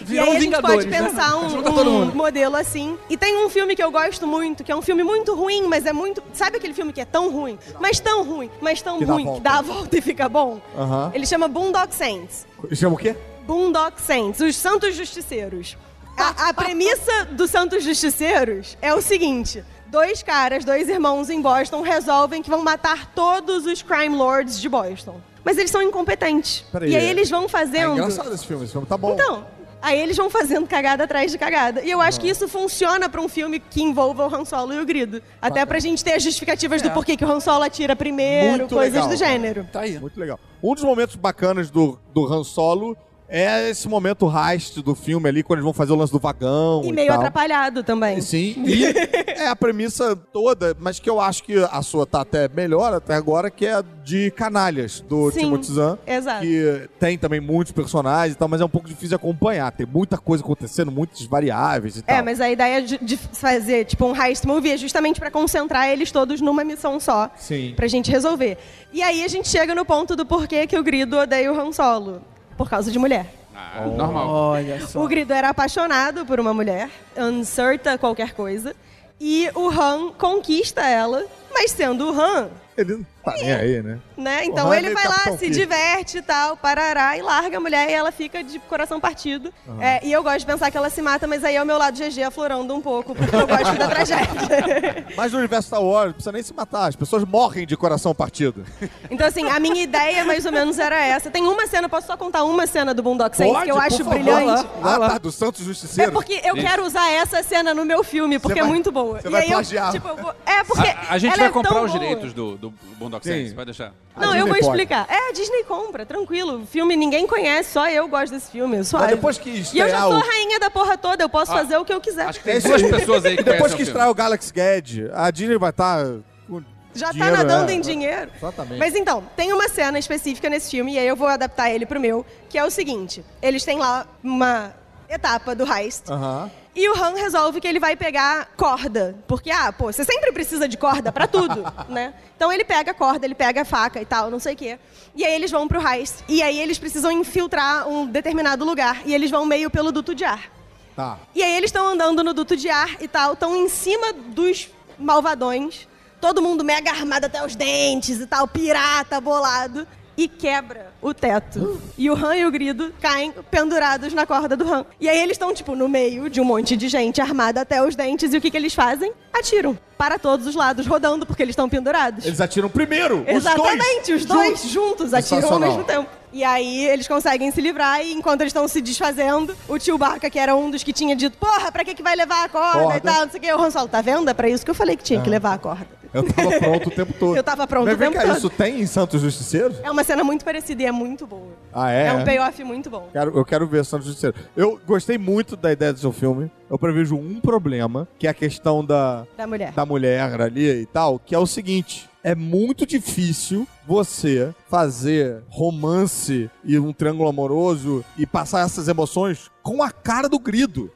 B: e
K: Virou
B: aí
K: um
B: a gente
K: Vingadores,
B: pode
K: né?
B: pensar um,
K: Junta todo
B: um
K: mundo.
B: modelo assim. E tem um filme que eu gosto muito, que é um filme muito ruim, mas é muito. Sabe aquele filme que é tão ruim, mas tão ruim, mas tão
I: Que dá a
B: ruim,
I: volta.
B: que dá a volta e fica bom?
I: Aham.
B: Ele chama Boondock Saints.
I: Chama o quê?
B: Boondock Saints, os Santos Justiceiros. A, a premissa dos Santos Justiceiros é o seguinte. Dois caras, dois irmãos em Boston resolvem que vão matar todos os crime lords de Boston. Mas eles são incompetentes.
I: Peraí.
B: E aí eles vão
I: É
B: fazendo.
I: engraçado esse filme, esse filme tá bom.
B: Então, aí eles vão fazendo cagada atrás de cagada. E eu acho que isso funciona pra um filme que envolva o Han Solo e o Grido. Até pra gente ter as justificativas do porquê que o Han Solo atira primeiro,
I: Muito
B: coisas
I: legal.
B: do gênero.
K: Tá aí.
I: Muito legal. Um dos momentos bacanas do, do Han Solo é esse momento heist do filme ali, quando eles vão fazer o lance do vagão e,
B: E meio
I: tal.
B: atrapalhado também.
I: Sim, e é a premissa toda, mas que eu acho que a sua tá até melhor até agora, que é a de Canalhas, do
B: Sim,
I: Timothy Zahn.
B: exato.
I: Que tem também muitos personagens e tal, mas é um pouco difícil de acompanhar. Tem muita coisa acontecendo, muitas variáveis e tal.
B: É, mas a ideia de, de fazer, tipo, um heist movie é justamente pra concentrar eles todos numa missão só.
I: Sim.
B: Pra gente resolver. E aí a gente chega no ponto do porquê que o Grido odeia o Han Solo. Por causa de mulher.
J: Ah, normal.
G: Olha
B: O Grido era apaixonado por uma mulher, uncerta qualquer coisa, e o Han conquista ela, mas sendo o Han,
I: Ele não tá nem aí, né?
B: né?
I: O
B: Então
I: Han
B: ele
I: é
B: vai lá,
I: Capitão
B: se
I: Kirk.
B: diverte e tal, parará, e larga a mulher e ela fica de coração partido.
I: Aham.
B: É, e eu gosto de pensar que ela se mata, mas aí é o meu lado GG aflorando um pouco, porque eu gosto da tragédia.
I: Mas no universo Star Wars, não precisa nem se matar. As pessoas morrem de coração partido.
B: Então, assim, a minha ideia mais ou menos era essa. Tem uma cena, posso só contar uma cena do Boondock Saints que eu
I: por
B: acho
I: favor.
B: brilhante?
I: Ah, tá, do Santos Justiceiro.
B: É porque eu quero usar essa cena no meu filme, porque
I: vai-
B: é muito boa.
I: você
B: e
I: vai
B: aí eu,
I: plagiar.
B: tipo, eu vou- é porque
J: A, a gente
B: ela
J: vai
B: é
J: comprar
B: tão
J: os
B: boa.
J: direitos do, do Bondox
I: Sim.
J: Saints, vai deixar.
B: Não, eu vou explicar. É, a Disney compra, tranquilo. O filme ninguém conhece, só eu gosto desse filme. eu Só
I: Mas depois que
B: E eu já
I: estrear
B: sou
I: o...
B: a rainha da porra toda, eu posso
I: Ah,
B: fazer o que eu quiser.
J: Acho tem duas pessoas aí que
I: E depois
J: conhecem
I: que
J: o filme.
I: estrear o Galaxy Guide, a Disney vai tá estar...
B: Já tá nadando
I: é.
B: em dinheiro.
I: Exatamente.
B: Mas então, tem uma cena específica nesse filme, e aí eu vou adaptar ele pro meu, que é o seguinte: eles têm lá uma etapa do heist.
I: Aham.
B: E o Han resolve que ele vai pegar corda. Porque, ah, pô, você sempre precisa de corda pra tudo, né? Então ele pega a corda, ele pega a faca e tal, não sei o quê. E aí eles vão pro heist. E aí eles precisam infiltrar um determinado lugar. E eles vão meio pelo duto de ar.
I: Tá.
B: E aí eles estão andando no duto de ar e tal, estão em cima dos malvadões. Todo mundo mega armado até os dentes e tal, pirata, bolado. E quebra o teto. E o Han e o Grido caem pendurados na corda do Han. E aí eles estão, tipo, no meio de um monte de gente armada até os dentes. E o que, que eles fazem? Atiram para todos os lados, rodando, porque eles estão pendurados.
I: Eles atiram primeiro,
B: Exatamente, os dois juntos, atiram ao
I: Sensacional.
B: mesmo tempo. E aí eles conseguem se livrar e enquanto eles estão se desfazendo, o tio Barca, que era um dos que tinha dito, porra, pra que, que vai levar a corda,
I: Corda.
B: e tal, não sei o que. O Han Solo, tá vendo? É pra isso que eu falei que tinha que
I: Ah.
B: levar a corda.
I: Eu tava pronto o tempo todo.
B: Eu tava pronto
I: Mas
B: o
I: vem
B: tempo
I: cá,
B: todo.
I: isso tem em Santos Justiceiro?
B: É uma cena muito parecida e é muito boa.
I: Ah, é?
B: É, um payoff muito bom.
I: Quero- eu quero ver Santos Justiceiro. Eu gostei muito da ideia do seu filme. Eu prevejo um problema, que é a questão da,
B: Da mulher.
I: da mulher ali e tal, que é o seguinte: é muito difícil você fazer romance e um triângulo amoroso e passar essas emoções com a cara do grido.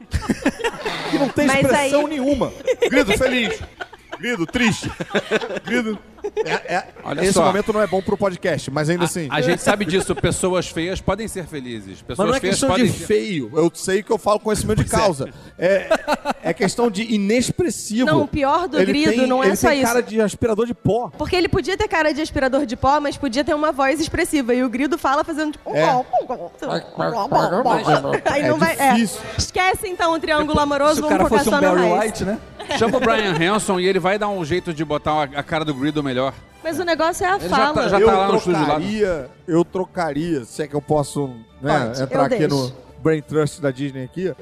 I: que não tem
B: Mas
I: expressão
B: aí-
I: nenhuma. Grido feliz. Grido triste. Grido. É- é-
J: Olha
I: esse
J: só.
I: momento não é bom pro podcast, mas ainda assim.
J: A gente sabe disso, pessoas feias podem ser felizes.
I: Mas
J: Pessoas
I: não é
J: feias
I: questão
J: podem
I: de feio. Eu sei que eu falo conhecimento de causa. É, é questão de inexpressivo.
B: Não, o pior do
I: Ele
B: grido
I: tem-
B: não é
I: ele
B: só
I: tem
B: isso.
I: cara de aspirador de pó.
B: Porque ele podia ter cara de aspirador de pó, mas podia ter uma voz expressiva. E o grido fala fazendo tipo.
I: É.
B: um Aí não
I: É
B: vai. é.
I: difícil.
B: Esquece então o triângulo amoroso,
K: Se o
B: vamos
K: cara
B: focar
K: fosse
B: só
K: um
B: no
K: Barry
B: raiz.
K: White, né?
J: Chama o Brian Hanson e ele vai dar um jeito de botar a a cara do Grido melhor.
B: Mas o negócio é a
J: Ele já
B: fala.
J: tá- já
I: eu
J: lá no estúdio do lado.
I: trocaria, eu trocaria, se é que eu posso né,
B: Pode,
I: entrar
B: eu
I: aqui
B: deixo.
I: no Brain Trust da Disney aqui, a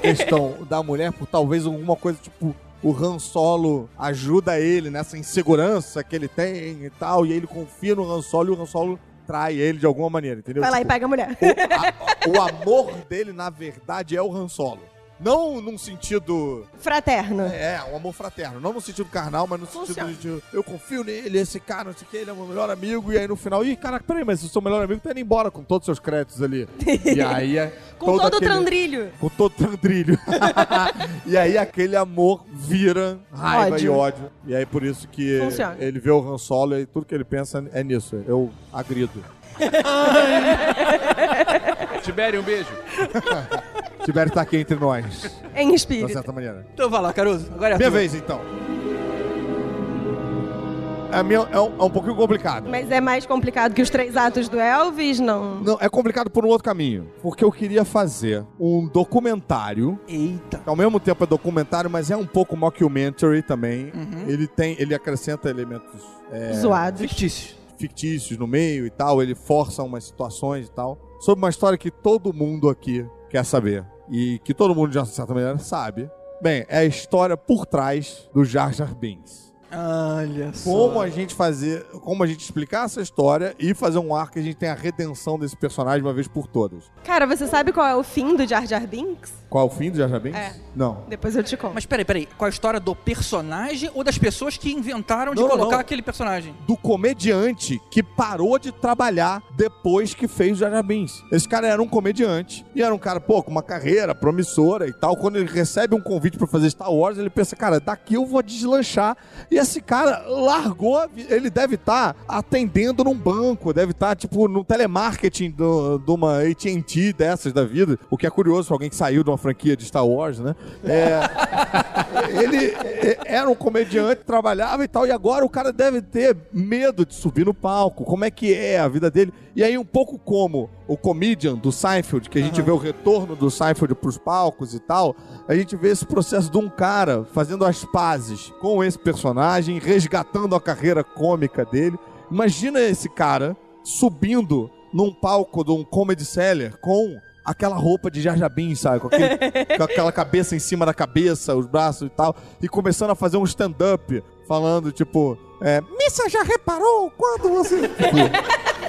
I: questão da mulher por talvez alguma coisa tipo o Han Solo ajuda ele nessa insegurança que ele tem e tal, e aí ele confia no Han Solo e o Han Solo trai ele de alguma maneira, entendeu?
B: Vai lá e
I: Tipo,
B: pega a mulher.
I: O amor dele, na verdade, é o Han Solo. Não num sentido.
B: Fraterno.
I: É, um amor fraterno. Não no sentido carnal, mas no
B: Funciona.
I: sentido de. Eu confio nele, esse cara, não sei o que, ele é o meu melhor amigo. E aí no final, ih, caraca, peraí, mas o seu melhor amigo tá indo embora com todos os seus créditos ali. E aí é.
B: Com todo, o
I: aquele-
B: trandrilho.
I: Com todo o trandrilho. e aí aquele amor vira raiva
B: Ódio.
I: e ódio. E aí por isso que
B: Funciona.
I: ele vê o Han Solo e tudo que ele pensa é nisso. Eu agrido.
J: Tibério, um beijo.
I: Tibério tá aqui entre nós,
B: Em
I: de uma
B: espírito.
I: certa maneira.
K: Então vai lá, Caruso. Agora é a
I: Minha
K: tua.
I: vez, então. A minha é um, é um pouquinho complicado.
B: Mas é mais complicado que os três atos do Elvis, não.
I: Não, é complicado por um outro caminho. Porque eu queria fazer um documentário.
K: Eita.
I: que Ao mesmo tempo é documentário, mas é um pouco mockumentary também. Ele tem, ele acrescenta elementos é,
B: Zoado.
K: Fictício.
I: fictícios no meio e tal. Ele força umas situações e tal. Sobre uma história que todo mundo aqui quer saber. E que todo mundo, de uma certa maneira, sabe. Bem, é a história por trás do Jar Jar Binks.
K: Olha só.
I: como a gente fazer, como a gente explicar essa história e fazer um arco que a gente tenha a redenção desse personagem uma vez por todas.
B: Cara, você sabe qual é o fim do Jar Jar Binks?
I: Qual é o fim do Jar Jar Binks?
B: É.
I: Não.
B: Depois eu te conto.
K: Mas peraí, peraí. Qual é a história do personagem ou das pessoas que inventaram de
I: Não, não,
K: colocar
I: não.
K: aquele personagem?
I: Do comediante que parou de trabalhar depois que fez o Jar Jar Binks. Esse cara era um comediante e era um cara, pô, com uma carreira promissora e tal. Quando ele recebe um convite pra fazer Star Wars, ele pensa, cara, daqui eu vou deslanchar. E esse cara largou, a vi- ele deve estar atendendo num banco, deve estar, tipo, no telemarketing do- de uma AT&T dessas da vida, o que é curioso pra alguém que saiu de uma franquia de Star Wars, né? É, ele é, era um comediante, trabalhava e tal, e agora o cara deve ter medo de subir no palco, como é que é a vida dele. E aí, um pouco como o comedian do Seinfeld, que a gente vê o retorno do Seinfeld pros palcos e tal, a gente vê esse processo de um cara fazendo as pazes com esse personagem, resgatando a carreira cômica dele. Imagina esse cara subindo num palco de um comedy seller com aquela roupa de Jar Jar Binks, sabe? Com, aquele- com aquela cabeça em cima da cabeça, os braços e tal, e começando a fazer um stand-up, falando, tipo, é, Missa já reparou quando você. Tipo,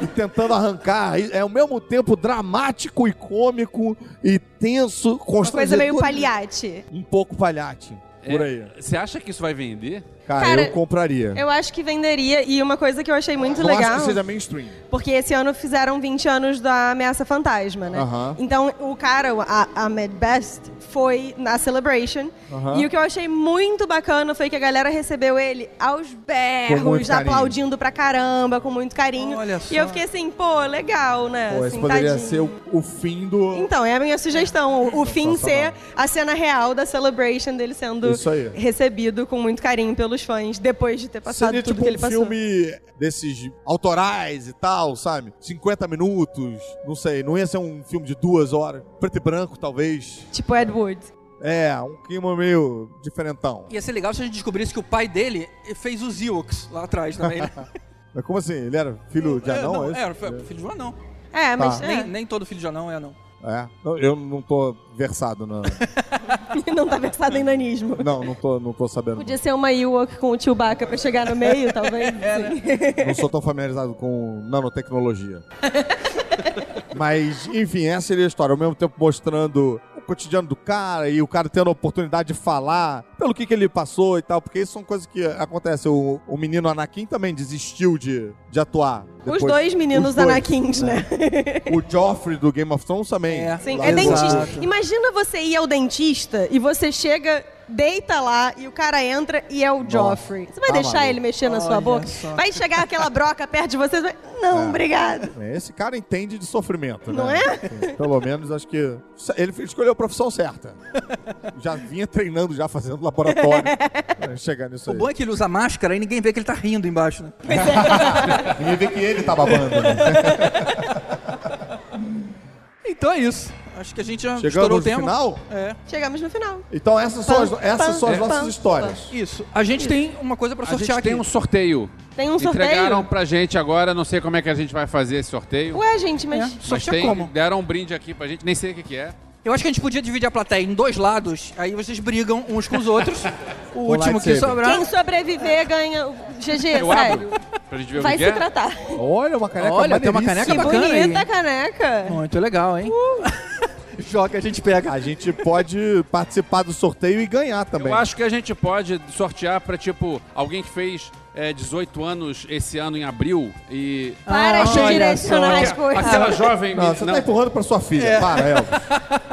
I: e tentando arrancar. E É ao mesmo tempo dramático e cômico e tenso,
B: Uma coisa
I: constrangedor.
B: meio palhate.
I: Um pouco palhate. Por
J: É,
I: aí.
J: Você acha que isso vai vender?
I: Cara,
B: Cara,
I: eu compraria.
B: Eu acho que venderia, e uma coisa que eu achei muito
I: Não
B: legal.
I: acho que seja mainstream.
B: Porque esse ano fizeram 20 anos da Ameaça Fantasma, né?
I: Aham.
B: Então o cara, o a, a Macbeth, foi na Celebration.
I: Aham.
B: E o que eu achei muito bacana foi que a galera recebeu ele aos
I: Com muito
B: berros,
I: carinho.
B: aplaudindo pra caramba, com muito carinho. Olha
I: só.
B: E eu fiquei assim, pô, legal, né?
I: Pô, esse
B: assim,
I: poderia
B: tadinho.
I: ser o, o fim do.
B: Então, é a minha sugestão. O, o fim ser
I: Sensacional.
B: a cena real da Celebration dele sendo
I: Isso aí.
B: recebido com muito carinho pelos fãs, depois de ter passado
I: Seria
B: tudo
I: tipo
B: que ele
I: um
B: passou.
I: filme desses autorais e tal, sabe? 50 minutos, não sei. Não ia ser um filme de duas horas. Preto e branco, talvez.
B: Tipo Ed Wood.
I: É, um clima meio diferentão.
K: Ia ser legal se a gente descobrisse que o pai dele fez os Ewoks lá atrás também. né?
I: Mas como assim? Ele era filho de
K: é,
I: anão?
K: não,
I: É,
K: é,
I: isso?
K: foi filho de um anão.
B: É,
I: mas- Tá.
K: Nem,
I: é.
K: nem todo filho de anão é anão.
I: É. Não, Eu não tô versado na.
B: não tá versado em nanismo.
I: não, não tô, não tô sabendo.
B: Podia ser uma Ewok com o Chewbacca pra chegar no meio, talvez. assim.
I: Não sou tão familiarizado com nanotecnologia. Mas, enfim, essa seria a história. Ao mesmo tempo mostrando o cotidiano do cara e o cara tendo a oportunidade de falar pelo que, que ele passou e tal. Porque isso são coisas que acontecem. O, o menino Anakin também desistiu de, de atuar.
B: Os dois meninos
I: Os dois.
B: anakins, né?
I: O Joffrey do Game of Thrones também. É,
B: Sim, é dentista. Imagina você ir ao dentista e você chega, deita lá e o cara entra e é o Joffrey. Você vai
I: tá
B: deixar
I: maluco.
B: ele mexer na sua
I: Olha
B: boca?
I: só.
B: Vai chegar aquela broca perto de você? Vai... Não,
I: É.
B: obrigado.
I: É, Esse cara entende de sofrimento,
B: Não
I: né?
B: é?
I: Assim, Pelo menos acho que ele escolheu a profissão certa. Já vinha treinando, já fazendo laboratório. pra chegar nisso
K: O
I: aí.
K: bom é que ele usa máscara e ninguém vê que ele tá rindo embaixo, né?
I: Ninguém vê que ele tá babando. Né?
K: Então é isso. Acho que a gente já
I: Chegamos
K: estourou o
I: no
K: tema.
I: final?
K: É.
B: Chegamos no final.
I: Então essas são as,
K: Pam,
I: essas são as
K: pam,
I: nossas
K: pam,
I: histórias.
K: Isso. A gente tem uma coisa pra
J: A gente
K: sortear aqui.
J: tem um sorteio.
B: Tem um sorteio?
J: Entregaram pra gente agora, não sei como é que a gente vai fazer esse sorteio.
B: Ué, gente, mas...
D: É.
J: Mas tem- Deram um brinde aqui pra gente, nem sei o que, que é.
K: Eu acho que a gente podia dividir a plateia em dois lados, aí vocês brigam uns com os outros. O
J: Com
K: último que
J: lightsaber.
K: sobrar.
B: Quem sobreviver ganha o GG,
K: Eu
B: É sério.
J: Pra gente ver o
B: Vai
J: que
B: se
J: que é.
B: tratar.
I: Olha, uma caneca
K: Olha, tem uma
I: maneiríssima.
K: caneca bacana aí.
B: Bonita caneca.
K: Muito legal, hein? Joga, a gente pega.
I: A gente pode participar do sorteio e ganhar também.
J: Eu acho que a gente pode sortear pra, tipo, alguém que fez é, 18 anos esse ano em abril e...
D: Ah,
B: Para de direcionar as coisas.
J: Aquela jovem...
I: Não, você tá empurrando pra sua filha.
B: É.
I: Para, Elvis.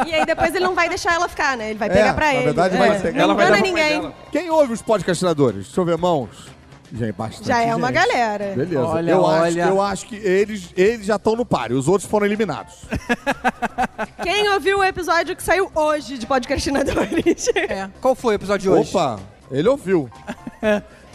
B: E aí depois ele não vai deixar ela ficar, né? Ele vai
I: É,
B: pegar pra
I: na
B: ele.
I: verdade,
B: é.
I: vai pegar-
B: Não
I: ela vai
B: engana
I: dar pra
B: ninguém.
I: Quem ouve os podcastinadores? Deixa eu ver mãos. Já é bastante
B: Já é uma
I: gente.
B: galera.
I: Beleza. eu, Acho, eu acho que eles, eles já estão no páreo. Os outros foram eliminados.
B: Quem ouviu o episódio que saiu hoje de Podcastinadores?
K: É. Qual foi o episódio de hoje?
I: Opa, ele ouviu.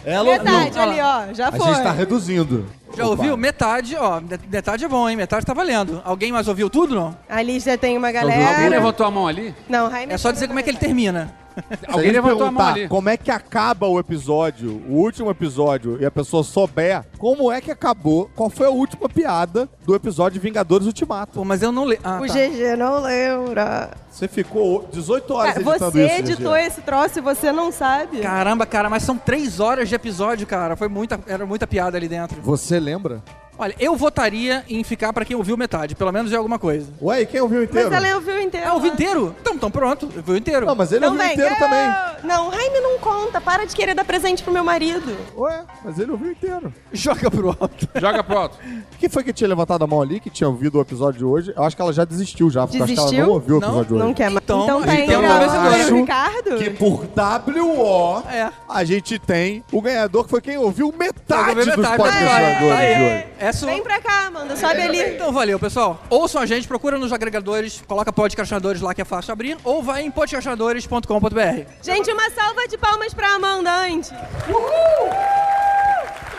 I: Ela
B: Verdade,
I: ouviu.
B: ali, ó. Já
I: a
B: foi.
I: gente tá reduzindo.
K: Já
I: Opa.
K: ouviu? Metade, ó. met- Metade é bom, hein? Metade tá valendo. Alguém mais ouviu tudo, não?
B: Ali já tem uma
J: Alguém né?
B: galera.
J: levantou a mão ali?
B: Não, Jaime.
K: É só dizer como é que ele termina.
I: Se alguém levantou Como é que acaba o episódio, o último episódio, e a pessoa souber como é que acabou, qual foi a última piada do episódio Vingadores Ultimato.
K: Pô, mas eu não leio. Ah,
B: O
K: tá.
B: GG não lembra.
I: Você ficou 18 horas
B: Cara,
I: editando
B: você
I: isso.
B: editou
I: GG.
B: esse troço e você não sabe?
K: Caramba, cara, mas são três horas de episódio, cara. Foi muita, era muita piada ali dentro.
I: Você lembra?
K: Olha, eu votaria em ficar pra quem ouviu metade, pelo menos de alguma coisa.
I: Ué, quem ouviu
B: Mas ela ouviu
G: É,
B: inteiro. né?
K: Ah, ouviu inteiro? Então, então pronto, ouviu inteiro.
I: Não, mas ele ouviu inteiro também.
B: É, Não, Jaime não conta. Para de querer dar presente pro meu marido.
I: Ué, mas ele ouviu inteiro.
K: Joga pro alto.
J: Joga pro alto.
I: Quem foi que tinha levantado a mão ali, que tinha ouvido o episódio de hoje? Eu acho que ela já desistiu já, porque eu acho que ela não ouviu o episódio de hoje.
B: Não quer mais.
K: Então,
B: Então,
I: a
B: tá
I: gente
B: indo
I: tem uma vencedora.
B: pro Ricardo?
I: Que por WO,
K: É.
I: a gente tem o ganhador, que foi quem ouviu metade,
K: Ouviu
I: dos
K: metade,
I: podcasts
K: tá aí.
I: de hoje.
K: É sua-
B: Vem pra cá, Amanda. Sobe
I: É.
B: ali.
K: Então valeu, pessoal. Ouçam a gente, procura nos agregadores, coloca podcastinadores lá que é fácil abrir, ou vai em podcastinadores.com.br.
B: Gente, uma salva de palmas pra Amanda antes.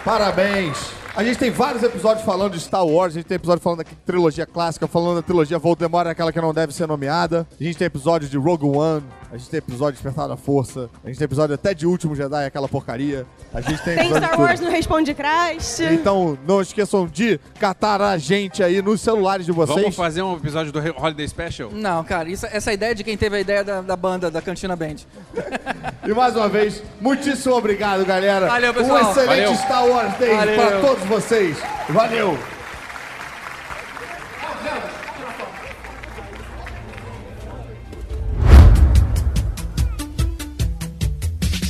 I: Parabéns! A gente tem vários episódios falando de Star Wars, a gente tem episódio falando da trilogia clássica, falando da trilogia Voldemort, aquela que não deve ser nomeada. A gente tem episódio de Rogue One, a gente tem episódio de Despertar da Força, a gente tem episódio até de Último Jedi, aquela porcaria. A gente tem
B: Tem
I: episódio de
B: Star
I: tudo.
B: Wars no Responde Crash.
I: Então, não esqueçam de catar a gente aí nos celulares de vocês.
J: Vamos fazer um episódio do Holiday Special?
K: Não, cara, isso- essa ideia de quem teve a ideia da, da banda, da Cantina Band.
I: E mais uma vez, muitíssimo obrigado, galera.
K: Valeu, pessoal.
I: Um excelente
J: Valeu.
I: Star Wars Day
K: Valeu.
I: pra todos vocês. Valeu.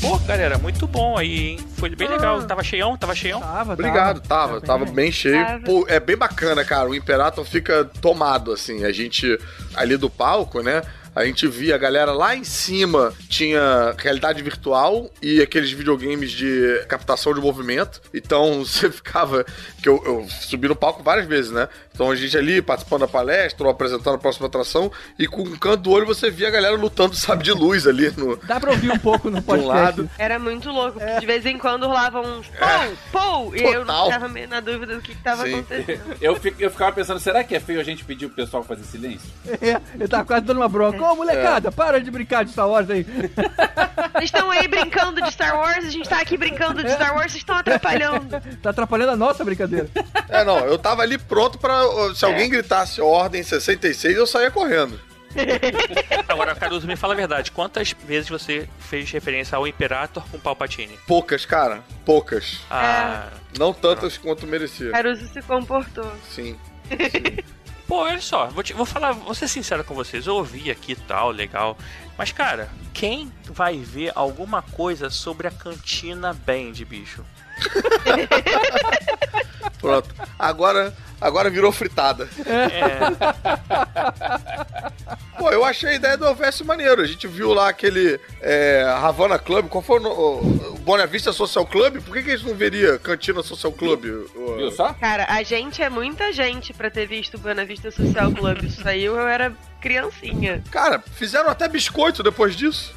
E: Pô, galera, muito bom aí, hein? Foi bem legal. Tava cheião, tava cheião.
K: Tava,
C: Obrigado, tava, tava bem cheio.
H: Tava.
C: Pô, é bem bacana, cara. O Imperator fica tomado, assim. A gente, ali do palco, né? A gente via a galera lá em cima tinha realidade virtual e aqueles videogames de captação de movimento. Então você ficava. que eu, eu subi no palco várias vezes, né? Então a gente ali participando da palestra ou apresentando a próxima atração e com um canto do olho você via a galera lutando, sabe, de luz ali no,
K: Dá pra ouvir um pouco no
C: de um
K: podcast.
C: lado.
H: Era muito louco. porque De vez em quando rolava uns pou, pou, e eu
C: É. Total.
H: não ficava meio na dúvida do que, que tava
C: Sim.
H: acontecendo.
L: Eu, fico- eu ficava pensando, será que é feio a gente pedir pro pessoal fazer silêncio?
G: É, ele tá quase dando uma bronca. Ô,
C: É.
G: molecada, para de brincar de Star Wars aí.
H: Vocês estão tá um aí brincando de Star Wars, a gente tá aqui brincando de Star Wars, vocês estão atrapalhando.
G: Tá atrapalhando a nossa brincadeira.
C: É, não, eu tava ali pronto pra. Se alguém gritasse ordem 66, eu saía correndo.
E: Agora, Caruso, me fala a verdade. Quantas vezes você fez referência ao Imperator com Palpatine?
C: Poucas, cara, poucas.
E: Ah,
C: Não tantas quanto merecia.
H: Caruso se comportou.
C: Sim.
E: Pô, olha só, vou, te- vou falar, vou ser sincero com vocês, eu ouvi aqui e tal, legal. Mas, cara, quem vai ver alguma coisa sobre a cantina Band, bicho?
C: Pronto. Agora, agora virou fritada.
E: É,
C: Pô, eu achei a ideia do Elvésio maneiro. A gente viu lá aquele é, Havana Club. Qual foi o, no- o, o Bonavista Social Club? Por que, que a gente não veria Cantina Social Club? O-
L: Viu só?
H: Cara, a gente é muita gente pra ter visto o Buena Vista Social Club. Isso saiu, eu era criancinha.
C: Cara, fizeram até biscoito depois disso.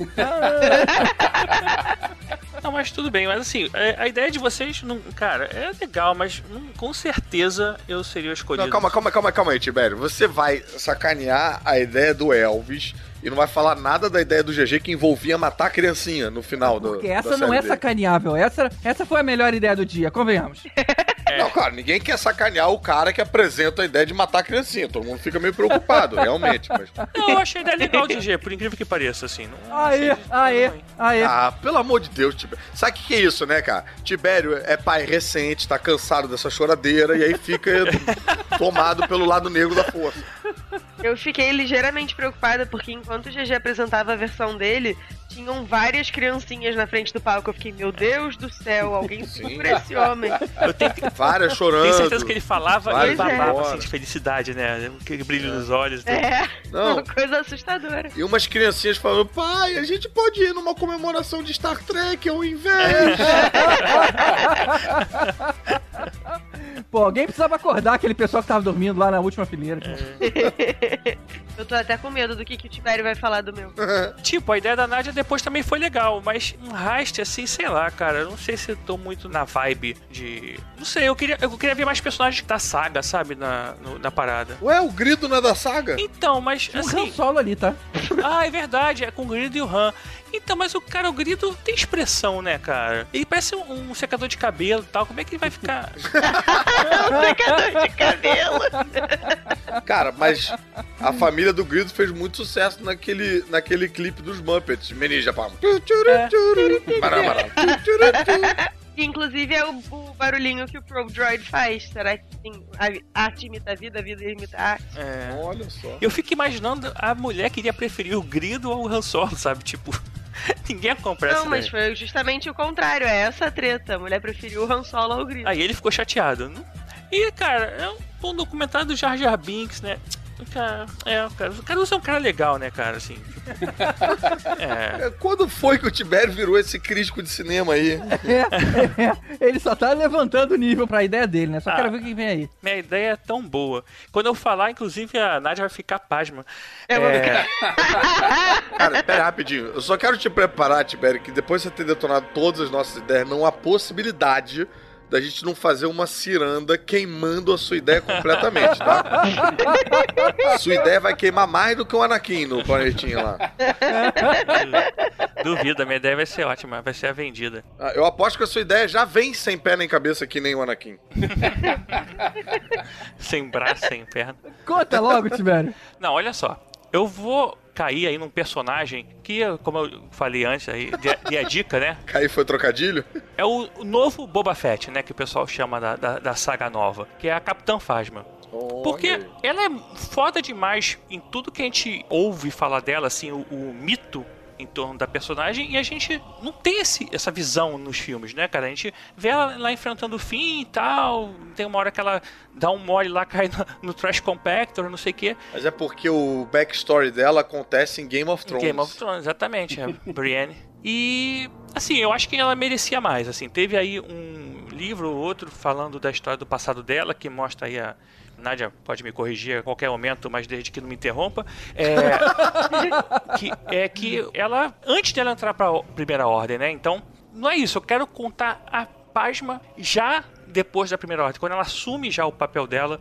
E: não, mas tudo bem, mas assim, é, a ideia de vocês, não, cara, é legal, mas não- com certeza eu seria o escolhido.
C: Não, calma, calma, calma, calma aí, Tibério. Você vai sacanear a ideia do Elvis e não vai falar nada da ideia do GG que envolvia matar a criancinha no final do.
G: Porque
C: da
G: essa não
C: série
G: é
C: dele.
G: sacaneável. Essa, essa foi a melhor ideia do dia, convenhamos.
C: Não, claro, ninguém quer sacanear o cara que apresenta a ideia de matar a criancinha. Todo mundo fica meio preocupado, realmente. Mas...
E: Não, eu achei a ideia legal, DG, por incrível que pareça, assim. Não, não
G: Aí,
E: sei,
G: aí, aí.
C: Ah, pelo amor de Deus, Tibério. Sabe o que, que é isso, né, cara? Tibério é pai recente, tá cansado dessa choradeira e aí fica tomado pelo lado negro da força.
H: Eu fiquei ligeiramente preocupada porque enquanto o GG apresentava a versão dele, tinham várias criancinhas na frente do palco. Eu fiquei, meu Deus do céu, alguém
C: Sim.
H: segura esse homem.
E: Eu tenho,
C: Várias chorando.
E: tenho certeza que ele falava
C: Vai
E: e babava,
C: embora.
E: assim, de felicidade, né? Aquele brilho nos olhos. né?
H: É,
C: Não,
H: uma coisa assustadora.
C: E umas criancinhas falando, pai, a gente pode ir numa comemoração de Star Trek é um ao invés.
G: Pô, alguém precisava acordar aquele pessoal que tava dormindo lá na última fileira. tipo,
H: Eu tô até com medo do que, que o Tibério vai falar do meu. Tá
E: Tipo, a ideia da Nádia depois também foi legal, mas um raste assim, sei lá, cara. eu Não sei se eu tô muito na vibe de. Não sei, eu queria, eu queria ver mais personagens da saga, sabe? Na, no- na parada.
C: Ué, o grito não é da saga?
E: Então, mas
G: Um Han
E: assim.
G: Solo ali, tá?
E: ah, é verdade, é com o Grido e o Han. Então, mas o cara, o Grido tem expressão, né, cara? Ele parece um, um secador de cabelo e tal. Como é que ele vai ficar.
H: um Secador de cabelo.
C: Cara, mas a família do grito fez muito sucesso naquele, naquele clipe dos Muppets. Meninja, pá. Tchururu, tchururu, bará, bará. Tchururu, tchururu.
H: Que inclusive é o, o barulhinho que o Probe Droid faz. Será que sim, a arte imita a vida, a vida imita a arte?
E: É.
C: Olha só.
E: Eu fico imaginando a mulher que iria preferir o Grido ao Han Solo, sabe? Tipo, ninguém ia comprar
H: Não,
E: essa
H: mas
E: ideia.
H: foi justamente o contrário. É essa a treta. A mulher preferiu o Han Solo ao Grito.
E: Aí ele ficou chateado. né? E, cara, é um bom documentário do Jar Jar Binks, né? Cara, é, cara, o cara é um cara legal, né, cara, assim. tipo. É.
C: É, Quando foi que o Tibério virou esse crítico de cinema aí?
G: É, é, ele só tá levantando o nível pra ideia dele, né? Só quero ver o que vem aí.
E: Minha ideia é tão boa. Quando eu falar, inclusive, a Nádia vai ficar pasma.
H: É,
E: É,
H: Eu vou ficar-
C: Cara, pera rapidinho. Eu só quero te preparar, Tibério, que depois de você ter detonado todas as nossas ideias, não há possibilidade da gente não fazer uma ciranda queimando a sua ideia completamente, tá? A sua ideia vai queimar mais do que o Anakin no planetinho lá.
E: Duvido, a minha ideia vai ser ótima, vai ser a vendida.
C: Ah, Eu aposto que a sua ideia já vem sem pé nem cabeça que nem o Anakin.
E: Sem braço, sem perna.
G: Conta logo, Tibério.
E: Não, olha só. Eu vou cair aí num personagem que, como eu falei antes aí, de, de a dica, né?
C: Cair foi trocadilho?
E: É o o novo Boba Fett, né? Que o pessoal chama da, da, da saga nova, que é a Capitã Phasma. Porque ela é foda demais em tudo que a gente ouve falar dela, assim, o, o mito em torno da personagem, e a gente não tem esse, essa visão nos filmes, né, cara? A gente vê ela lá enfrentando o fim e tal, tem uma hora que ela dá um mole lá, cai no, no Trash Compactor, não sei o quê.
C: Mas é porque o backstory dela acontece em Game of
E: Em
C: Thrones.
E: Game of Thrones, exatamente, é, Brienne. E, assim, eu acho que ela merecia mais, assim. Teve aí um livro ou outro falando da história do passado dela, que mostra aí a... Nádia pode me corrigir a qualquer momento, mas desde que não me interrompa. É, que, é que ela, antes dela entrar pra o- Primeira Ordem, né? Então, não é isso. Eu quero contar a pasma já depois da Primeira Ordem. Quando ela assume já o papel dela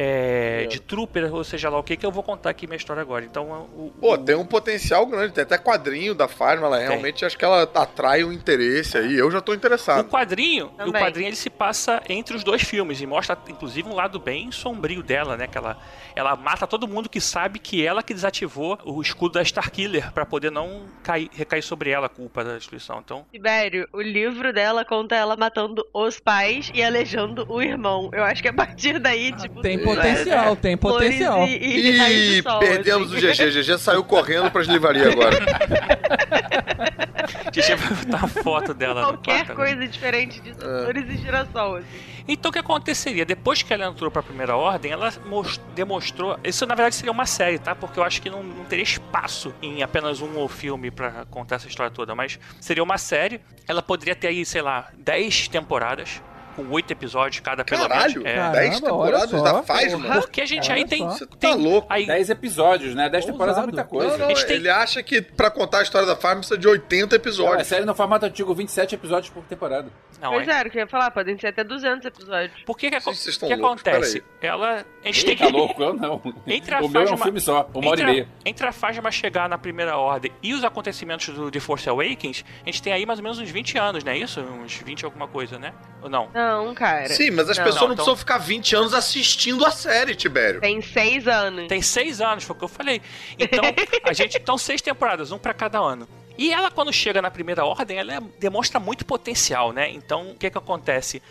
E: é, de trooper, ou seja lá o que, que eu vou contar aqui minha história agora. Então, o,
C: Pô, tem um potencial grande, tem até quadrinho da Farm, ela realmente acho que ela atrai um interesse aí. Eu já tô
E: O
C: interessado.
E: quadrinho, o
C: Também.
E: quadrinho ele se passa entre os dois filmes e mostra, inclusive, um lado bem sombrio dela, né? Que ela, ela mata todo mundo que sabe que ela que desativou o escudo da Starkiller pra poder não cair, recair sobre ela a culpa da destruição. Então,
H: Tibério, o livro dela conta ela matando os pais e aleijando o irmão. Eu acho que a partir daí, tipo.
G: Ah, tem potencial, tem potencial.
H: E, e, assim. raiz de
C: Ih,
H: sol,
B: assim.
C: perdemos o GG. GG saiu correndo pras livrarias agora.
E: deixa eu botar a tá foto dela no
H: Qualquer
E: quarto, né?
H: coisa diferente de flores e girassol. assim.
E: Então o que aconteceria? Depois que ela entrou pra primeira ordem, ela mos- demonstrou. Isso na verdade seria uma série, tá? Porque eu acho que não, não teria espaço em apenas um filme pra contar essa história toda, mas seria uma série. Ela poderia ter aí, sei lá, 10 temporadas. Com oito episódios cada pelo
C: Caralho,
E: menos.
C: 10
E: É,
C: Caramba, É, olha temporadas só. da Phasma?
E: Porque a gente aí
C: Olha
E: tem.
C: só.
E: tem
C: Tá louco.
E: Aí,
C: 10
D: episódios, né? 10 temporadas é muita coisa.
C: Não, não,
D: A gente tem-
C: Ele acha que pra contar a história da Farm precisa de 80
D: Não, é
C: episódios.
D: série no formato antigo, 27 episódios por temporada. Tá
H: pois é, era o que eu ia falar, podem ser até 200 episódios.
E: Por que
D: Vocês
E: O que acontece? Ela. A gente tem
D: Tá
E: que.
D: louco, eu não.
E: Entre a
D: o meu é um
E: Phasma-
D: filme só, uma hora
E: entre
D: e
E: a-
D: meia.
E: Entre a Phasma chegar na primeira ordem e os acontecimentos do The Force Awakens, a gente tem aí mais ou menos uns 20 anos, não é isso? Uns 20 e alguma coisa, né? Ou não?
H: Não, cara.
E: Sim, mas as
H: Não.
E: pessoas não então
C: Precisam ficar 20 anos assistindo a série, Tibério.
H: Tem seis anos.
E: Tem seis anos, foi o que eu falei. Então, a gente então seis temporadas, um pra cada ano. E ela, quando chega na primeira ordem, ela é- demonstra muito potencial, né? Então, o que que acontece?